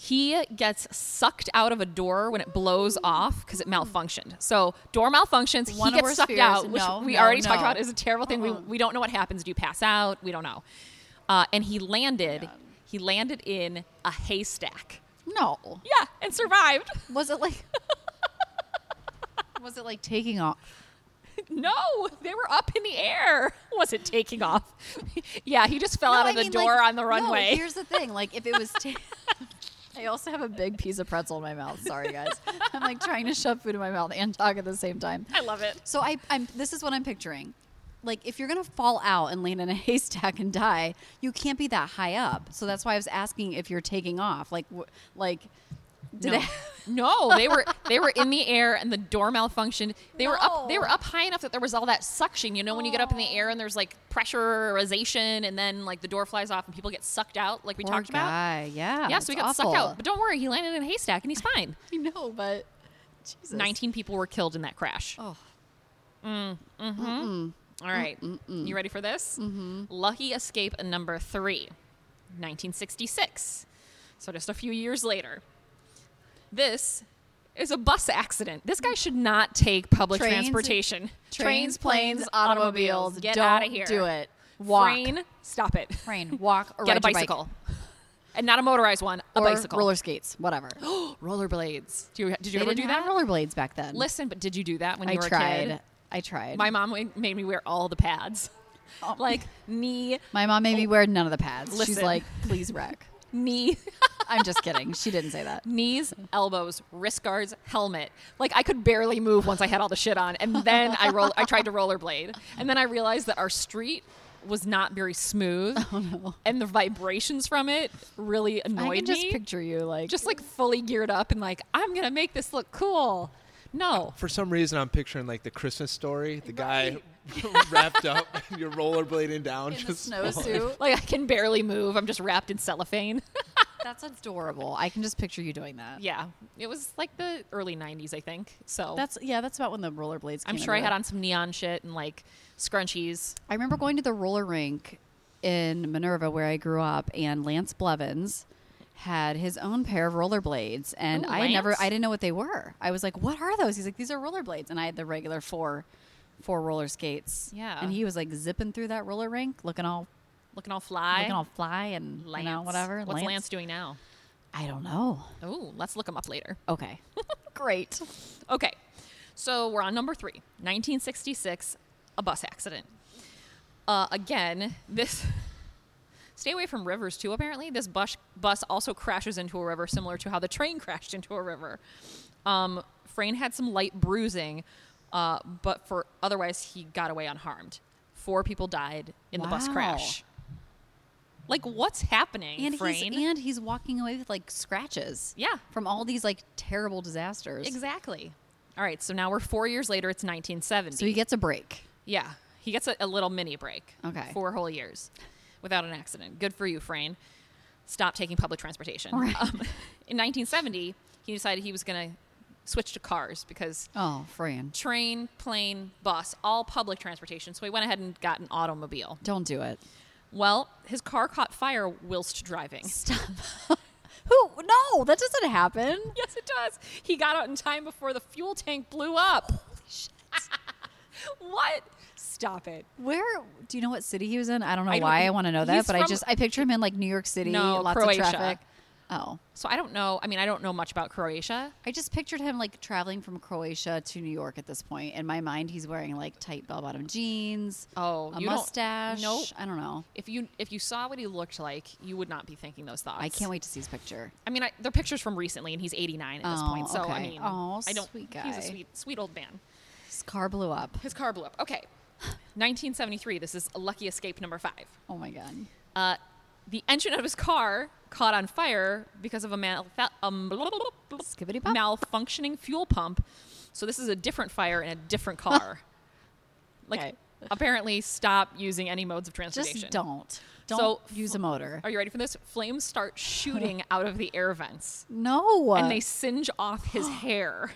Speaker 2: He gets sucked out of a door when it blows off because it malfunctioned. So door malfunctions,
Speaker 3: Hmm. One
Speaker 2: he
Speaker 3: of
Speaker 2: gets
Speaker 3: our
Speaker 2: sucked
Speaker 3: spheres,
Speaker 2: out, which
Speaker 3: no,
Speaker 2: we
Speaker 3: no,
Speaker 2: already talked
Speaker 3: no. Uh-uh.
Speaker 2: about is a terrible thing. We, we don't know what happens. Do you pass out? We don't know. Uh, and he landed. He landed in a haystack.
Speaker 3: No.
Speaker 2: Yeah, and survived. *laughs*
Speaker 3: Was it like *laughs* Was it like taking off?
Speaker 2: No, they were up in the air. *laughs* Was it taking off? *laughs* yeah, he just fell out
Speaker 3: No,
Speaker 2: of
Speaker 3: I
Speaker 2: the
Speaker 3: mean,
Speaker 2: door
Speaker 3: like-
Speaker 2: on the runway.
Speaker 3: No, here's the thing. Like if it *laughs* was ta- I also have a big piece of pretzel in my mouth. Sorry guys. I'm like trying to shove food in my mouth and talk at the same time.
Speaker 2: I love it.
Speaker 3: So I, I'm. This is what I'm picturing. Like if you're gonna fall out and land in a *laughs* haystack and die, you can't be that high up. So that's why I was asking if you're taking off. Like, wh- like, did *laughs*
Speaker 2: no.
Speaker 3: it?
Speaker 2: No, they were they were in the air and the door malfunctioned. They were up they
Speaker 3: No.
Speaker 2: were up high enough that there was all that suction. You know when you get up in the air and there's like pressurization and then like the door flies off and people get sucked out like we
Speaker 3: Poor
Speaker 2: talked about.
Speaker 3: guy. Yeah.
Speaker 2: Yeah, so he
Speaker 3: that's
Speaker 2: got sucked
Speaker 3: awful.
Speaker 2: out. But don't worry, he landed in a haystack and he's fine.
Speaker 3: *laughs* I know, but Jesus.
Speaker 2: 19 people were killed in that crash. Mm, mm-hmm.
Speaker 3: Oh.
Speaker 2: All right. You ready for this? Mm-hmm. Lucky escape number three, 1966. So just a few years later. This is a bus accident. This guy should not take public
Speaker 3: Trains-
Speaker 2: transportation.
Speaker 3: Trains, planes, automobiles.
Speaker 2: Get
Speaker 3: Don't
Speaker 2: out of here.
Speaker 3: Do it. Walk.
Speaker 2: Train, stop
Speaker 3: *laughs*
Speaker 2: it.
Speaker 3: Train, Walk. Or
Speaker 2: Get
Speaker 3: ride
Speaker 2: a
Speaker 3: your bike.
Speaker 2: bicycle. And not a motorized one, a
Speaker 3: Or
Speaker 2: bicycle.
Speaker 3: roller skates. Whatever.
Speaker 2: rollerblades. Do *gasps* you, did you
Speaker 3: they
Speaker 2: ever do
Speaker 3: didn't
Speaker 2: that?
Speaker 3: have rollerblades back then.
Speaker 2: Listen, but did you do that when
Speaker 3: I
Speaker 2: you were a
Speaker 3: tried.
Speaker 2: kid?
Speaker 3: I tried. *laughs*
Speaker 2: My mom wa- made me wear all the pads, *laughs* like knee,
Speaker 3: My mom made me wear none of the pads. She's
Speaker 2: Oh. Listen.
Speaker 3: like, please wreck.
Speaker 2: knee,
Speaker 3: I'm just kidding. She didn't say
Speaker 2: *laughs*
Speaker 3: that.
Speaker 2: knees, elbows, wrist guards, helmet. Like I could barely move once I had all the shit on, and then I roll. I tried to rollerblade, and then I realized that our street was not very smooth, and the vibrations from it really annoyed
Speaker 3: I can just
Speaker 2: me.
Speaker 3: picture you
Speaker 2: *laughs*
Speaker 3: like
Speaker 2: just like fully geared up and like I'm gonna make this look cool. No,
Speaker 4: For some reason, I'm picturing like the Christmas story, the guy *laughs* wrapped up, and you're rollerblading down.
Speaker 3: in the
Speaker 4: just
Speaker 3: snowsuit.
Speaker 2: like I can barely move. I'm just wrapped in cellophane. *laughs*
Speaker 3: That's adorable. I can just picture you doing that.
Speaker 2: yeah, it was like the early '90s, I think. So
Speaker 3: That's yeah. That's about when the rollerblades.
Speaker 2: I'm
Speaker 3: came
Speaker 2: sure I
Speaker 3: into
Speaker 2: had
Speaker 3: it.
Speaker 2: on some neon shit and like scrunchies.
Speaker 3: I remember going to the roller rink in Minerva where I grew up, and Lance Blevins had his own pair of rollerblades, and
Speaker 2: Ooh,
Speaker 3: I never,
Speaker 2: Lance.
Speaker 3: I didn't know what they were. I was like, "What are those?" He's like, "These are rollerblades," and I had the regular four, four roller skates.
Speaker 2: Yeah.
Speaker 3: and he was like zipping through that roller rink, looking all,
Speaker 2: Looking all fly.
Speaker 3: looking all fly and
Speaker 2: Lance.
Speaker 3: you know whatever.
Speaker 2: What's Lance, doing now?
Speaker 3: I don't know.
Speaker 2: Oh, let's look him up later.
Speaker 3: Okay, great.
Speaker 2: Okay, so we're on number three 1966, a bus accident. Uh, again, this. *laughs* Stay away from rivers too, apparently. This bus, bus also crashes into a river, similar to how the train *laughs* crashed into a river. Um, Frain had some light bruising, uh, but for otherwise, he got away unharmed. Four people died in the bus
Speaker 3: Wow.
Speaker 2: crash. Like, what's happening,
Speaker 3: And he's
Speaker 2: Frain?
Speaker 3: and he's walking away with like scratches.
Speaker 2: Yeah.
Speaker 3: from all these like terrible disasters.
Speaker 2: exactly. All right, so now we're four years later, it's 1970.
Speaker 3: So he gets a break.
Speaker 2: Yeah, he gets a, a little mini break.
Speaker 3: Okay.
Speaker 2: Four whole years without an accident. Good for you, Frayne. Stop taking public transportation.
Speaker 3: Right.
Speaker 2: Um, *laughs* in 1970, he decided he was going to switch to cars because
Speaker 3: Oh, Fran.
Speaker 2: train, plane, bus, all public transportation. So he went ahead and got an automobile.
Speaker 3: Don't do it.
Speaker 2: Well, his car caught fire whilst driving.
Speaker 3: Stop. Who? No, that doesn't happen.
Speaker 2: *laughs* Yes, it does. He got out in time before the fuel tank blew up. *laughs* what? Stop it.
Speaker 3: Where do you know what city he was in? I don't know
Speaker 2: I don't-
Speaker 3: why I want to know that,
Speaker 2: he's
Speaker 3: but I
Speaker 2: from-
Speaker 3: just I picture him in like New York City,
Speaker 2: No,
Speaker 3: lots
Speaker 2: Croatia.
Speaker 3: of traffic. Oh,
Speaker 2: So I don't know. I mean, I don't know much about Croatia.
Speaker 3: I just pictured him like traveling from Croatia to New York at this point. In my mind, he's wearing like tight bell-bottom jeans.
Speaker 2: Oh,
Speaker 3: a
Speaker 2: you don't-
Speaker 3: mustache.
Speaker 2: Nope.
Speaker 3: I don't know.
Speaker 2: if you if you saw what he looked like, you would not be thinking those thoughts.
Speaker 3: I can't wait to see his picture.
Speaker 2: I mean, I, they're pictures from recently, and he's 89 at this
Speaker 3: Oh,
Speaker 2: point. So I
Speaker 3: okay.
Speaker 2: mean,
Speaker 3: Oh,
Speaker 2: I don't.
Speaker 3: sweet
Speaker 2: He's
Speaker 3: guy.
Speaker 2: a sweet, sweet old man.
Speaker 3: His car blew up.
Speaker 2: His car blew up. Okay, 1973. This is a lucky escape number five.
Speaker 3: Oh my god.
Speaker 2: Uh, the engine of his car caught on fire because of a malfa- um, blah, blah, blah, blah,
Speaker 3: Skibbity bop.
Speaker 2: malfunctioning fuel pump. So this is a different fire in a different
Speaker 3: *laughs*
Speaker 2: car. like,
Speaker 3: Okay.
Speaker 2: apparently, stop using any modes of transportation.
Speaker 3: Just don't. Don't
Speaker 2: So,
Speaker 3: use a motor.
Speaker 2: Are you ready for this? Flames start
Speaker 3: *laughs*
Speaker 2: shooting out of the air vents
Speaker 3: No.
Speaker 2: and they singe off his
Speaker 3: *gasps*
Speaker 2: hair.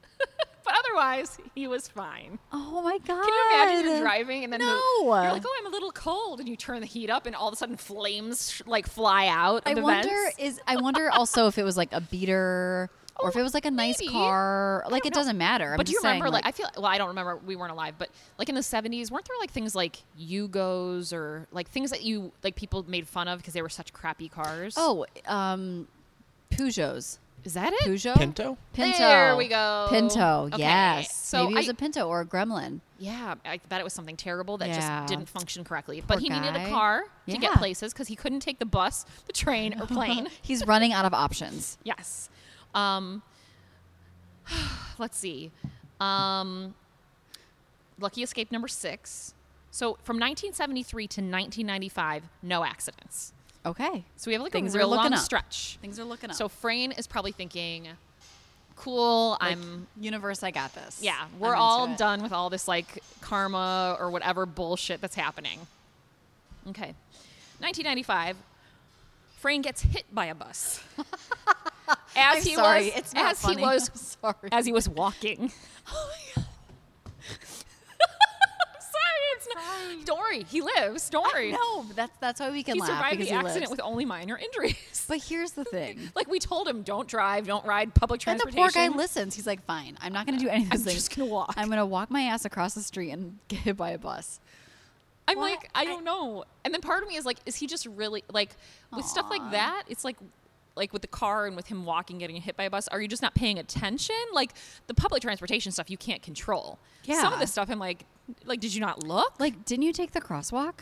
Speaker 2: *laughs* but otherwise, he was fine.
Speaker 3: Oh my god.
Speaker 2: Can you imagine you're driving and then
Speaker 3: no.
Speaker 2: you're like, oh, I'm a little cold. And you turn the heat up and all of a sudden flames sh- like fly out of
Speaker 3: I
Speaker 2: the
Speaker 3: wonder
Speaker 2: vents.
Speaker 3: is I wonder also if it was like a beater or if it was like a nice
Speaker 2: maybe.
Speaker 3: car. Like it doesn't matter. I'm
Speaker 2: but do you
Speaker 3: just saying,
Speaker 2: remember, like, I feel, well, I don't remember, we weren't alive, but like in the 70s, weren't there like things like Yugos or like things that you, like people made fun of because they were such crappy cars?
Speaker 3: oh, um, Peugeots,
Speaker 2: is that it?
Speaker 3: Peugeot,
Speaker 4: Pinto?
Speaker 3: Pinto.
Speaker 2: There we go.
Speaker 3: Pinto.
Speaker 2: Okay.
Speaker 3: Yes.
Speaker 2: So
Speaker 3: Maybe it was
Speaker 2: I-
Speaker 3: a Pinto or a Gremlin.
Speaker 2: Yeah, I bet it was something terrible that
Speaker 3: Yeah.
Speaker 2: just didn't function correctly.
Speaker 3: Poor
Speaker 2: but he needed
Speaker 3: guy.
Speaker 2: a car to get
Speaker 3: Yeah.
Speaker 2: places because he couldn't take the bus, the train, or
Speaker 3: *laughs*
Speaker 2: plane. *laughs*
Speaker 3: He's running out of options.
Speaker 2: yes. Um, *sighs* let's see. Um, lucky escape number six. So from 1973 to 1995, no accidents.
Speaker 3: Okay.
Speaker 2: So we have like
Speaker 3: Things
Speaker 2: a
Speaker 3: are
Speaker 2: real
Speaker 3: looking
Speaker 2: long
Speaker 3: up.
Speaker 2: stretch.
Speaker 3: Things are looking up.
Speaker 2: So Frayne is probably thinking, "Cool, I'm."
Speaker 3: universe, I got this.
Speaker 2: Yeah, we're all done with all this like karma or whatever bullshit that's happening. Okay. 1995, Frayne gets hit by a
Speaker 3: *laughs*
Speaker 2: bus. as
Speaker 3: I'm
Speaker 2: he
Speaker 3: sorry,
Speaker 2: was
Speaker 3: it's not
Speaker 2: as
Speaker 3: funny.
Speaker 2: he was
Speaker 3: *laughs* I'm sorry.
Speaker 2: as he was
Speaker 3: *laughs*
Speaker 2: walking. sorry, it's not. Don't worry, he lives. Don't worry.
Speaker 3: No, but that's that's why we can
Speaker 2: he
Speaker 3: laugh
Speaker 2: survived
Speaker 3: because
Speaker 2: the
Speaker 3: he
Speaker 2: accident
Speaker 3: lives.
Speaker 2: with only minor injuries. *laughs*
Speaker 3: But here's the thing.
Speaker 2: like we told him, don't drive, don't ride public
Speaker 3: And the
Speaker 2: transportation.
Speaker 3: poor guy listens. He's like, fine, I'm not going to do any of
Speaker 2: I'm
Speaker 3: those things.
Speaker 2: just gonna walk."
Speaker 3: I'm going to walk my ass across the street and *laughs* get hit by a bus.
Speaker 2: I'm
Speaker 3: What?
Speaker 2: like, I don't know. And then part of me is like, is he just really like with stuff like that? It's like, like with the car and with him walking getting hit by a bus are you just not paying attention like the public transportation stuff you can't control some
Speaker 3: Yeah.
Speaker 2: of this stuff i'm like like did you not look
Speaker 3: Like, didn't you take the crosswalk?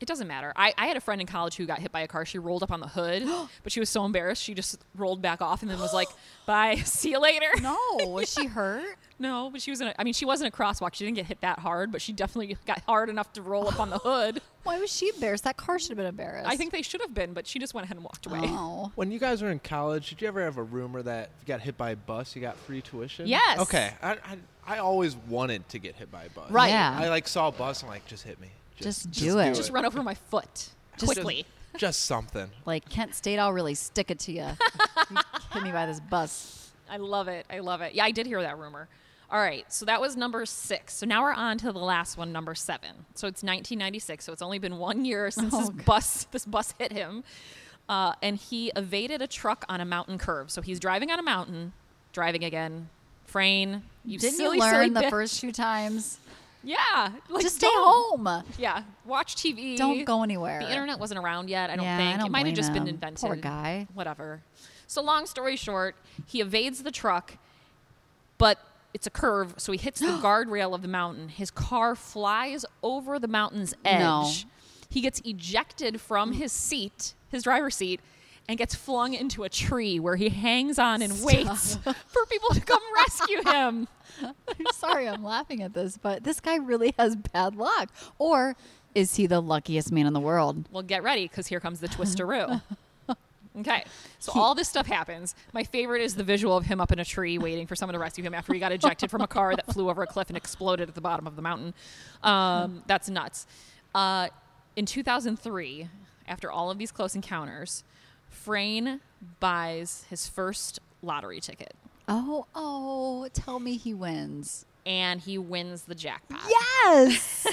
Speaker 2: it doesn't matter I, I had a friend in college who got hit by a car she rolled up on the
Speaker 3: *gasps*
Speaker 2: hood but she was so embarrassed she just rolled back off and then was like bye *laughs* see you later
Speaker 3: No, *laughs* was she hurt?
Speaker 2: no but she was in a, i mean she wasn't a crosswalk she didn't get hit that hard but she definitely got hard enough to roll up
Speaker 3: *gasps*
Speaker 2: on the hood
Speaker 3: Why was she embarrassed? That car should have been embarrassed.
Speaker 2: i think they should have been but she just went ahead and walked away
Speaker 3: Oh,
Speaker 4: When you guys were in college, did you ever have a rumor that if you got hit by a bus, you got free tuition?
Speaker 2: Yes.
Speaker 4: Okay. I, I, I always wanted to get hit by a bus.
Speaker 3: Right. Yeah.
Speaker 4: I like saw a bus. I'm like, just hit me.
Speaker 3: Just do it.
Speaker 2: just run over my foot
Speaker 3: Just-
Speaker 2: quickly
Speaker 4: Just, just something.
Speaker 3: like Kent State, I'll really stick it to you.
Speaker 2: *laughs*
Speaker 3: Hit me by this bus.
Speaker 2: I love it. I love it. Yeah, I did hear that rumor. All right, so that was number six. So now we're on to the last one, number seven. So it's 1996. So it's only been one year
Speaker 3: Oh,
Speaker 2: since this bus this bus hit him, uh, and he evaded a truck on a mountain curve. So he's driving on a mountain, driving again. Frain, you
Speaker 3: Didn't
Speaker 2: silly,
Speaker 3: you
Speaker 2: silly
Speaker 3: learn the
Speaker 2: bitch.
Speaker 3: first few times?
Speaker 2: Yeah, like,
Speaker 3: Just stay
Speaker 2: don't-
Speaker 3: home.
Speaker 2: Yeah, watch TV.
Speaker 3: Don't go anywhere.
Speaker 2: The internet wasn't around yet. I don't
Speaker 3: Yeah, I
Speaker 2: think
Speaker 3: don't
Speaker 2: it might have
Speaker 3: blame
Speaker 2: just been
Speaker 3: him.
Speaker 2: invented.
Speaker 3: Poor guy.
Speaker 2: Whatever. So long story short, he evades the truck, but it's a curve, so he hits
Speaker 3: *gasps*
Speaker 2: the guardrail of the mountain. His car flies over the mountain's edge.
Speaker 3: No.
Speaker 2: He gets ejected from his seat, his driver's seat. And gets flung into a tree where he hangs on and waits for people to
Speaker 3: *laughs*
Speaker 2: come rescue him.
Speaker 3: I'm *laughs* sorry I'm laughing at this, but this guy really has bad luck. Or is he the luckiest man in the world?
Speaker 2: Well, get ready because here comes the twisteroo.
Speaker 3: *laughs*
Speaker 2: okay, so all this stuff happens. My favorite is the visual of him up in a tree waiting for someone to rescue him after he got ejected from a car that flew over a cliff and exploded at the bottom of the mountain. Um, that's nuts. Uh, in 2003, after all of these close encounters, Frayne buys his first lottery ticket
Speaker 3: Oh, oh, tell me he wins.
Speaker 2: and he wins the jackpot. *laughs*
Speaker 3: Yes.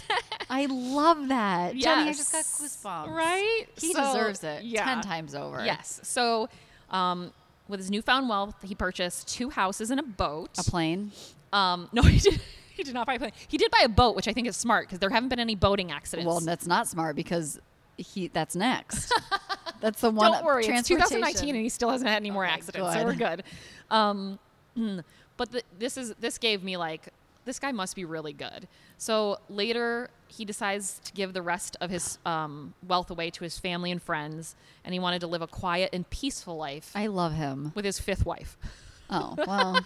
Speaker 3: I love that. Johnny, I just got
Speaker 2: Yes.
Speaker 3: goosebumps.
Speaker 2: Right?
Speaker 3: He
Speaker 2: So,
Speaker 3: deserves it
Speaker 2: yeah.
Speaker 3: 10 times over.
Speaker 2: Yes. So, um, with his newfound wealth, he purchased two houses and a boat.
Speaker 3: A plane.
Speaker 2: um, *laughs* no, he did. He did not buy a plane. He did buy a boat, which I think is smart because there haven't been any boating accidents.
Speaker 3: Well, that's not smart because he
Speaker 2: *laughs*
Speaker 3: that's next. that's the one
Speaker 2: don't worry. It's
Speaker 3: transportation.
Speaker 2: 2019, and he still hasn't had any more
Speaker 3: my
Speaker 2: accidents, so
Speaker 3: God.
Speaker 2: we're good. Um, *clears throat* mm, but the, this is this gave me like this guy must be really good. So later, he decides to give the rest of his um, wealth away to his family and friends, and he wanted to live a quiet and peaceful life
Speaker 3: I love him.
Speaker 2: with his fifth wife.
Speaker 3: Oh, well.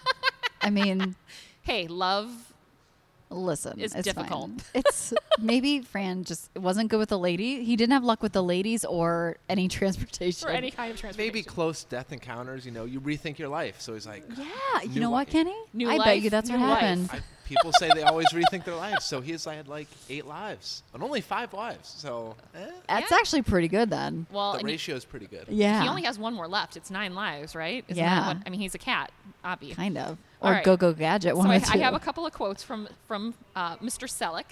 Speaker 3: I mean,
Speaker 2: Hey, love
Speaker 3: listen,
Speaker 2: It's
Speaker 3: it's,
Speaker 2: difficult.
Speaker 3: fine. *laughs* It's maybe Fran just wasn't good with the lady. He didn't have luck with the ladies or any *laughs* transportation.
Speaker 2: for any kind of transportation.
Speaker 4: Maybe close death encounters. You know, you rethink your life. So he's like,
Speaker 3: Yeah, you
Speaker 4: New
Speaker 3: know what,
Speaker 4: life.
Speaker 3: Kenny?
Speaker 2: New
Speaker 3: I bet
Speaker 2: life,
Speaker 3: you that's what
Speaker 2: new life.
Speaker 3: happened.
Speaker 4: I, people say they always rethink their lives. So he's had like eight lives and only five wives. So eh,
Speaker 3: That's
Speaker 2: Yeah.
Speaker 3: actually pretty good then.
Speaker 2: Well,
Speaker 4: the
Speaker 2: and he-
Speaker 4: ratio is pretty good.
Speaker 3: Yeah.
Speaker 2: he only has one more left. It's nine lives, right? Isn't
Speaker 3: Yeah.
Speaker 2: that what- I mean, he's a cat, obviously.
Speaker 3: kind of
Speaker 2: All
Speaker 3: or
Speaker 2: right.
Speaker 3: go go gadget
Speaker 2: So
Speaker 3: one
Speaker 2: I,
Speaker 3: or two
Speaker 2: I have a couple of quotes from from uh, Mr. Selleck.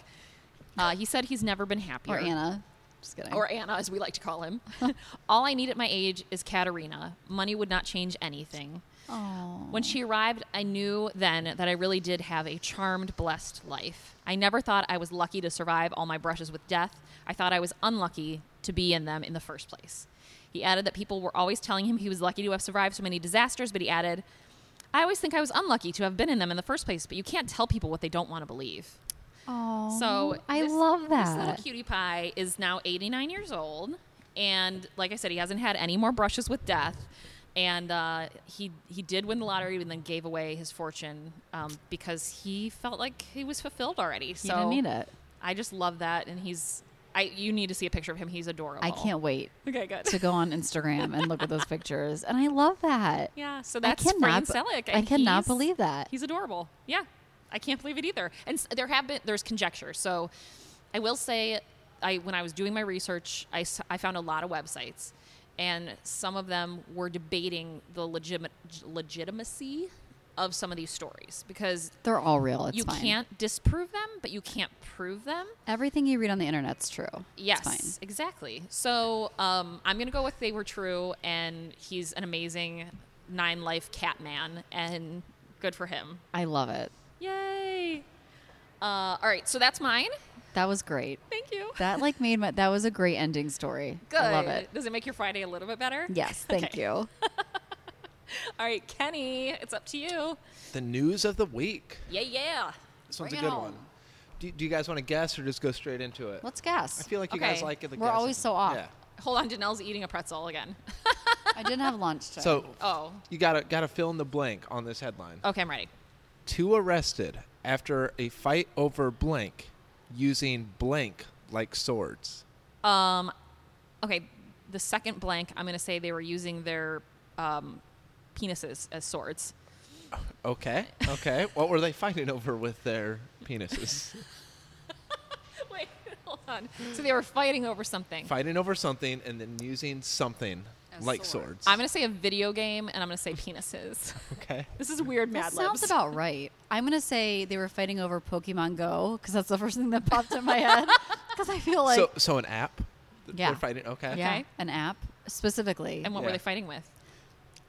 Speaker 2: Uh, he said he's never been happier.
Speaker 3: or Anna. Just kidding.
Speaker 2: Or Anna, as we like to call him. *laughs* All I need at my age is Katerina. Money would not change anything.
Speaker 3: oh.
Speaker 2: When she arrived, I knew then that I really did have a charmed, blessed life. I never thought I was lucky to survive all my brushes with death. I thought I was unlucky to be in them in the first place. He added that people were always telling him he was lucky to have survived so many disasters, but he added, I always think I was unlucky to have been in them in the first place, but you can't tell people what they don't want to believe.
Speaker 3: Oh,
Speaker 2: So
Speaker 3: I
Speaker 2: this-
Speaker 3: love
Speaker 2: This little
Speaker 3: that.
Speaker 2: cutie pie is now 89 years old, and like I said, he hasn't had any more brushes with death. And uh, he he did win the lottery, and then gave away his fortune um, because he felt like he was fulfilled already.
Speaker 3: He
Speaker 2: So
Speaker 3: didn't need it.
Speaker 2: I just love that, and he's I you need to see a picture of him. He's adorable.
Speaker 3: I can't wait
Speaker 2: *laughs* Okay, good.
Speaker 3: to go on Instagram and look at those pictures, and I love that.
Speaker 2: Yeah, so that's
Speaker 3: I cannot,
Speaker 2: Fran Selick.
Speaker 3: I
Speaker 2: and
Speaker 3: cannot
Speaker 2: he's-
Speaker 3: believe that.
Speaker 2: He's adorable. Yeah, I can't believe it either. And s- there have been there's conjecture. So I will say, I when I was doing my research, I, s- I found a lot of websites, and some of them were debating the legitimate legitimacy of some of these stories because
Speaker 3: They're all real. It's
Speaker 2: you
Speaker 3: fine.
Speaker 2: can't disprove them, but you can't prove them.
Speaker 3: Everything you read on the internet's true.
Speaker 2: Yes,
Speaker 3: It's fine.
Speaker 2: exactly. So um, I'm gonna go with they were true, and he's an amazing nine life cat man, and good for him.
Speaker 3: I love it.
Speaker 2: Yay! Uh, all right, so that's mine.
Speaker 3: That was great.
Speaker 2: Thank you.
Speaker 3: That like made my that was a great ending story.
Speaker 2: Good.
Speaker 3: I love it.
Speaker 2: Does it make your Friday a little bit better? *laughs*
Speaker 3: Yes, thank
Speaker 2: Okay.
Speaker 3: you.
Speaker 2: All right, Kenny, it's up to you.
Speaker 4: The news of the week.
Speaker 2: Yeah, yeah.
Speaker 4: This one's
Speaker 3: Bring
Speaker 4: a
Speaker 3: it
Speaker 4: good
Speaker 3: on.
Speaker 4: one. Do, do you guys want to guess or just go straight into it?
Speaker 3: Let's guess.
Speaker 4: I feel like you
Speaker 2: Okay.
Speaker 4: guys like it. The
Speaker 3: We're
Speaker 4: guessing.
Speaker 3: always so off.
Speaker 4: Yeah.
Speaker 2: Hold on, Janelle's eating a pretzel *laughs* again.
Speaker 3: I didn't have lunch. Today.
Speaker 4: So
Speaker 2: Oh.
Speaker 4: you gotta gotta fill in the blank on this headline.
Speaker 2: Okay, I'm ready.
Speaker 4: Two arrested after a fight over blank, using blank like swords.
Speaker 2: Um, okay, the second blank, I'm going to say they were using their um, penises as swords.
Speaker 4: Okay. Okay. what were they fighting over with their
Speaker 2: *laughs*
Speaker 4: penises?
Speaker 2: Wait, *laughs* hold on. So they were fighting over something.
Speaker 4: fighting over something and then using something
Speaker 3: As
Speaker 4: like
Speaker 3: swords.
Speaker 4: swords.
Speaker 2: I'm going to say a video game and I'm going to say
Speaker 3: *laughs*
Speaker 2: penises.
Speaker 4: okay.
Speaker 2: This is weird
Speaker 3: that
Speaker 2: Mad
Speaker 3: sounds
Speaker 2: Libs.
Speaker 3: about right. I'm gonna say they were fighting over Pokemon Go because that's the first thing that popped in
Speaker 2: *laughs*
Speaker 3: my head. Because I feel like
Speaker 4: so so an app. Th-
Speaker 3: Yeah.
Speaker 4: They're fighting. Okay.
Speaker 3: yeah,
Speaker 2: Okay.
Speaker 3: an app specifically.
Speaker 2: and what were
Speaker 4: Yeah.
Speaker 2: they fighting with?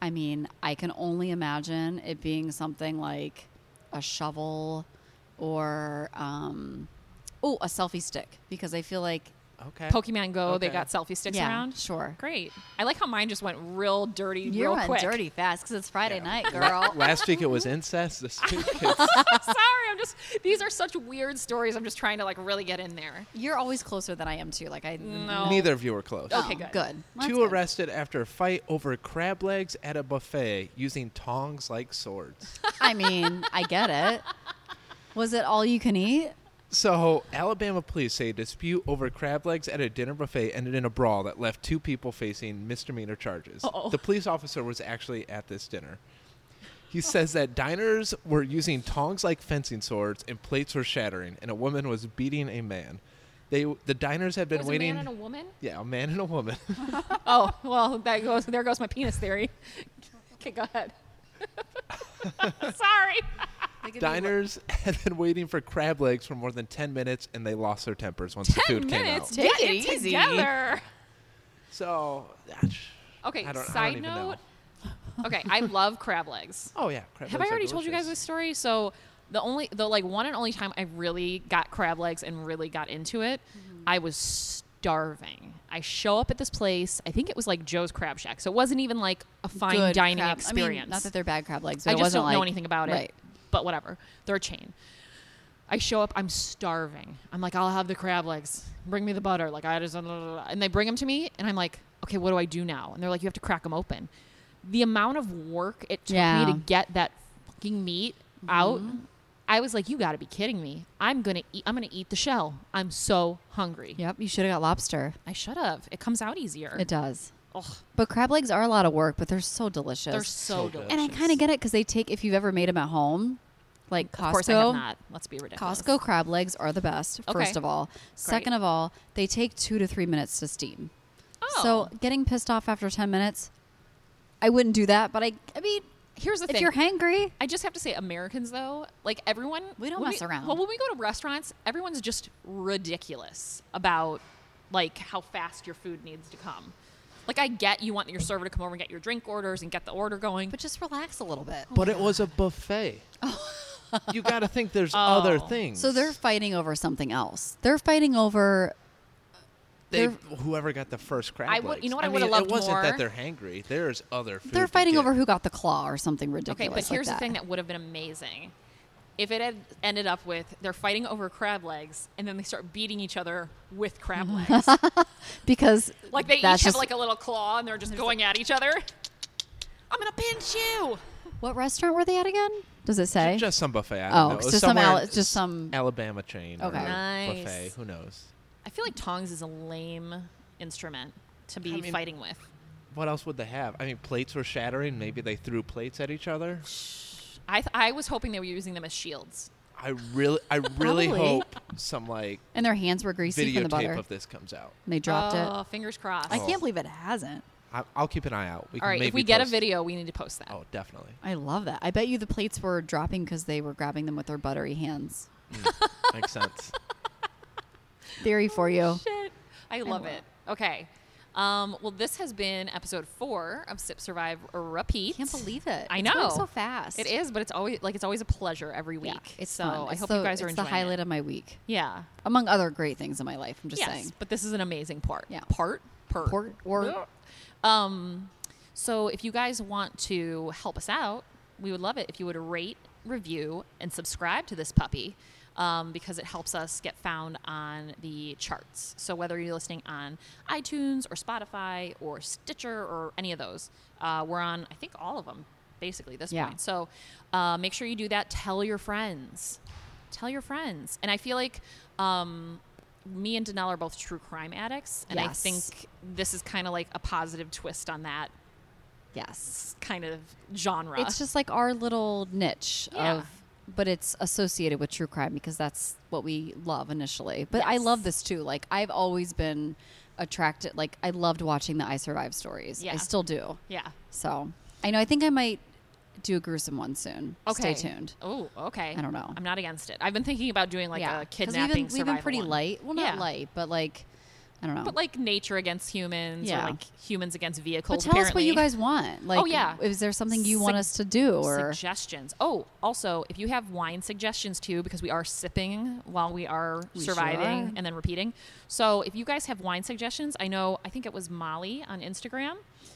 Speaker 3: I mean, I can only imagine it being something like a shovel or um, oh, a selfie stick because I feel like
Speaker 4: Okay.
Speaker 2: Pokemon Go, they
Speaker 4: Eh. Okay.
Speaker 2: got selfie sticks
Speaker 3: yeah,
Speaker 2: around.
Speaker 3: sure.
Speaker 2: Great. I like how mine just went real dirty,
Speaker 3: You
Speaker 2: real
Speaker 3: went
Speaker 2: quick.
Speaker 3: dirty fast because it's Friday
Speaker 4: Yeah.
Speaker 3: night, girl.
Speaker 4: Last week it was incest. This
Speaker 3: *laughs*
Speaker 4: week it's
Speaker 2: *laughs* Sorry, I'm just. These are such weird stories. I'm just trying to like really get in there.
Speaker 3: You're always closer than I am too. Like I
Speaker 2: No.
Speaker 4: neither of you were close.
Speaker 2: Okay,
Speaker 3: Oh,
Speaker 2: good.
Speaker 3: Good. Well, that's
Speaker 4: Two
Speaker 3: good.
Speaker 4: arrested after a fight over crab legs at a buffet using tongs
Speaker 2: *laughs*
Speaker 4: like swords.
Speaker 3: I mean, I get it. Was it all you can eat?
Speaker 4: so, Alabama police say dispute over crab legs at a dinner buffet ended in a brawl that left two people facing misdemeanor charges.
Speaker 2: Uh-oh.
Speaker 4: The police officer was actually at this dinner. He says that diners were using tongs like fencing swords and plates were shattering, and a woman was beating a man. They, the diners had been
Speaker 2: Was
Speaker 4: waiting.
Speaker 2: a man and a woman? *laughs*
Speaker 4: yeah, a man and a woman.
Speaker 2: Oh, well, that goes. There goes my penis theory. *laughs* okay, go
Speaker 4: *laughs*
Speaker 2: ahead. *laughs* Sorry.
Speaker 4: Diners *laughs* had been waiting for crab legs for more than 10 minutes and they lost their tempers once the food
Speaker 2: Minutes.
Speaker 4: came out.
Speaker 3: Take
Speaker 2: Get
Speaker 3: it
Speaker 2: it
Speaker 3: easy.
Speaker 2: together.
Speaker 4: So, gosh.
Speaker 2: Okay.
Speaker 4: I don't- I don't
Speaker 2: side
Speaker 4: even
Speaker 2: note.
Speaker 4: know. *laughs*
Speaker 2: Okay, I love crab legs.
Speaker 4: Oh, yeah. Crab
Speaker 2: Have I
Speaker 4: legs are
Speaker 2: already told you guys
Speaker 4: delicious.
Speaker 2: this story? So the only the like one and only time I really got crab legs and really got into it,
Speaker 4: Mm-hmm.
Speaker 2: I was starving. I show up at this place. I think it was like Joe's Crab Shack. So it wasn't even like a fine
Speaker 3: Good
Speaker 2: dining
Speaker 3: crab-
Speaker 2: experience.
Speaker 3: I mean, not that they're bad crab legs. But
Speaker 2: I
Speaker 3: it
Speaker 2: just
Speaker 3: wasn't
Speaker 2: don't know
Speaker 3: like-
Speaker 2: anything about it.
Speaker 3: Right.
Speaker 2: But whatever. They're a chain. I show up, I'm starving. I'm like, I'll have the crab legs. Bring me the butter. Like, I just, and they bring them to me, and I'm like, okay, what do I do now? And they're like, you have to crack them open. The amount of work it took
Speaker 3: Yeah. Mm-hmm.
Speaker 2: me to get that fucking meat out, I was like, you gotta be kidding me. I'm gonna eat, I'm gonna eat the shell. I'm so hungry.
Speaker 3: Yep. You should have got lobster.
Speaker 2: I should have. It comes out easier.
Speaker 3: It does.
Speaker 2: Ugh,
Speaker 3: But crab legs are a lot of work, but they're so delicious.
Speaker 2: they're so,
Speaker 4: So good.
Speaker 2: delicious.
Speaker 3: and I kind of get it because they take if you've ever made them at home, like Costco.
Speaker 2: Of course, I have not. Let's be ridiculous.
Speaker 3: Costco crab legs are the best. First
Speaker 2: Okay.
Speaker 3: of all, second of all, they take two to three minutes to steam.
Speaker 2: Oh.
Speaker 3: So getting pissed off after ten minutes, I wouldn't do that. But I, I mean,
Speaker 2: Here's the
Speaker 3: if
Speaker 2: thing.
Speaker 3: you're hangry,
Speaker 2: I just have to say, Americans though, like everyone,
Speaker 3: We don't
Speaker 2: when
Speaker 3: mess around.
Speaker 2: Well, when we go to restaurants, everyone's just ridiculous about like how fast your food needs to come. Like I get you want your server to come over and get your drink orders and get the order going,
Speaker 3: but
Speaker 2: but
Speaker 3: just relax a little bit.
Speaker 4: But it was
Speaker 2: *laughs*
Speaker 4: a buffet. you got to think there's other
Speaker 2: Oh.
Speaker 4: things.
Speaker 3: So they're fighting over something else. They're fighting over
Speaker 4: They,
Speaker 3: they're-
Speaker 4: whoever got the first crab
Speaker 2: I would- you know
Speaker 4: legs.
Speaker 2: what I would've
Speaker 4: mean,
Speaker 2: loved
Speaker 4: It wasn't
Speaker 2: more?
Speaker 4: that they're hangry. There's other food.
Speaker 3: they're
Speaker 4: to
Speaker 3: fighting
Speaker 4: get.
Speaker 3: over who got the claw or something ridiculous.
Speaker 2: okay. But here's
Speaker 3: like
Speaker 2: the
Speaker 3: that.
Speaker 2: thing that would have been amazing. If it had ended up with they're fighting over crab legs and then they start beating each other with crab legs,
Speaker 3: because
Speaker 2: like they each
Speaker 3: Mm-hmm. *laughs* that's
Speaker 2: have
Speaker 3: just-
Speaker 2: like a little claw and they're just going at each other. I'm gonna pinch you.
Speaker 3: what restaurant were they at again? Does it say?
Speaker 4: Just some buffet. I
Speaker 3: Oh,
Speaker 4: don't know. It
Speaker 3: it's
Speaker 4: was
Speaker 3: just some
Speaker 4: somewhere
Speaker 3: Ala-
Speaker 4: in
Speaker 3: it's just some-
Speaker 4: Alabama chain. or
Speaker 3: Okay.
Speaker 2: Nice.
Speaker 4: Buffet. Who knows?
Speaker 2: I feel like tongs is a lame instrument to be
Speaker 4: I mean-
Speaker 2: fighting with.
Speaker 4: What else would they have? I mean, plates were shattering. Maybe they threw plates at each other.
Speaker 2: I, th- I was hoping they were using them as shields.
Speaker 4: I really, I
Speaker 3: Probably.
Speaker 4: really hope some like
Speaker 3: and their hands were greasy from the butter.
Speaker 4: videotape of this comes out.
Speaker 3: and they dropped
Speaker 2: oh,
Speaker 3: it.
Speaker 2: fingers crossed.
Speaker 3: I can't believe it hasn't.
Speaker 4: I, I'll keep an eye out. We
Speaker 2: All
Speaker 4: can
Speaker 2: right,
Speaker 4: maybe
Speaker 2: if we get a
Speaker 4: post-
Speaker 2: video, we need to post that.
Speaker 4: Oh, definitely.
Speaker 3: I love that. I bet you the plates were dropping because they were grabbing them with their buttery hands.
Speaker 2: *laughs*
Speaker 4: Makes sense.
Speaker 3: Theory for you.
Speaker 2: Shit. I love
Speaker 3: love
Speaker 2: it. Okay. Um, well, this has been episode four of Sip Survive Repeat.
Speaker 3: Can't believe it.
Speaker 2: I
Speaker 3: It's going
Speaker 2: know
Speaker 3: so fast.
Speaker 2: It is, but it's always like it's always a pleasure every week.
Speaker 3: Yeah, it's
Speaker 2: so
Speaker 3: fun.
Speaker 2: I
Speaker 3: It's
Speaker 2: hope
Speaker 3: the,
Speaker 2: you guys are
Speaker 3: it's
Speaker 2: enjoying
Speaker 3: the highlight
Speaker 2: it.
Speaker 3: of my week,
Speaker 2: yeah.
Speaker 3: among other great things in my life. I'm just
Speaker 2: yes,
Speaker 3: saying.
Speaker 2: but this is an amazing part.
Speaker 3: Yeah.
Speaker 2: Part. Part.
Speaker 3: Port or
Speaker 2: Um, so if you guys want to help us out, we would love it if you would rate, review, and subscribe to this puppy um, because it helps us get found on the charts. So whether you're listening on iTunes or Spotify or Stitcher or any of those, uh, we're on, I think, all of them basically at this
Speaker 3: Yeah.
Speaker 2: point. So uh, make sure you do that. Tell your friends. Tell your friends. And I feel like um, me and Danelle are both true crime addicts. And
Speaker 3: Yes.
Speaker 2: I think this is kind of like a positive twist on that
Speaker 3: yes,
Speaker 2: kind of genre.
Speaker 3: it's just like our little niche
Speaker 2: Yeah.
Speaker 3: of, but it's associated with true crime because that's what we love initially. But I
Speaker 2: Yes.
Speaker 3: love this too. Like I've always been attracted. Like I loved watching the I Survive stories.
Speaker 2: Yeah.
Speaker 3: I still do.
Speaker 2: yeah.
Speaker 3: So I know. I think I might do a gruesome one soon.
Speaker 2: Okay.
Speaker 3: Stay tuned.
Speaker 2: Oh, okay.
Speaker 3: I don't know.
Speaker 2: I'm not against it. I've been thinking about doing like a
Speaker 3: 'Cause we've
Speaker 2: kidnapping
Speaker 3: been, we've been
Speaker 2: survival
Speaker 3: pretty
Speaker 2: one.
Speaker 3: light. Well, not
Speaker 2: Yeah.
Speaker 3: light, but like I don't know.
Speaker 2: But like nature against humans
Speaker 3: Yeah.
Speaker 2: or like humans against
Speaker 3: But
Speaker 2: vehicles.
Speaker 3: tell us what you
Speaker 2: apparently.
Speaker 3: *laughs* guys want. Like,
Speaker 2: yeah.
Speaker 3: is there something you want
Speaker 2: Sug-
Speaker 3: us to do? Or
Speaker 2: suggestions. Oh, also, if you have wine suggestions too, because we are sipping while we are
Speaker 3: We sure
Speaker 2: surviving
Speaker 3: are.
Speaker 2: and then repeating. So if you guys have wine suggestions, I know, I think it was Molly on Instagram.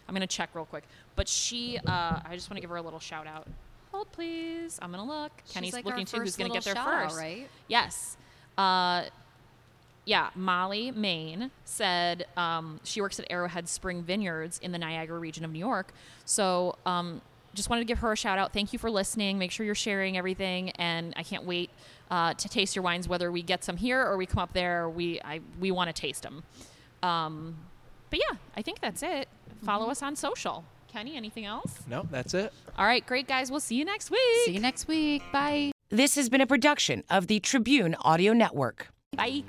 Speaker 2: I'm going to check real quick. But she, uh, I just want to give her a little shout out. Hold, please. I'm going to look. Kenny's
Speaker 3: like our
Speaker 2: looking too. Who's
Speaker 3: first
Speaker 2: going to get
Speaker 3: little
Speaker 2: there
Speaker 3: shout-out,
Speaker 2: first?
Speaker 3: right?
Speaker 2: Yes. Uh, yeah, Molly Maine said um, she works at Arrowhead Spring Vineyards in the Niagara region of New York. So um, just wanted to give her a shout out. Thank you for listening. Make sure you're sharing everything, and I can't wait uh, to taste your wines. Whether we get some here or we come up there, we I, we want to taste them. Um, but yeah, I think that's it. Follow
Speaker 3: Mm-hmm.
Speaker 2: us on social. Kenny, anything else?
Speaker 4: No, that's it.
Speaker 2: All right, great guys. We'll see you next week.
Speaker 3: see you next week. Bye.
Speaker 1: This has been a production of the Tribune Audio Network.
Speaker 2: Bye.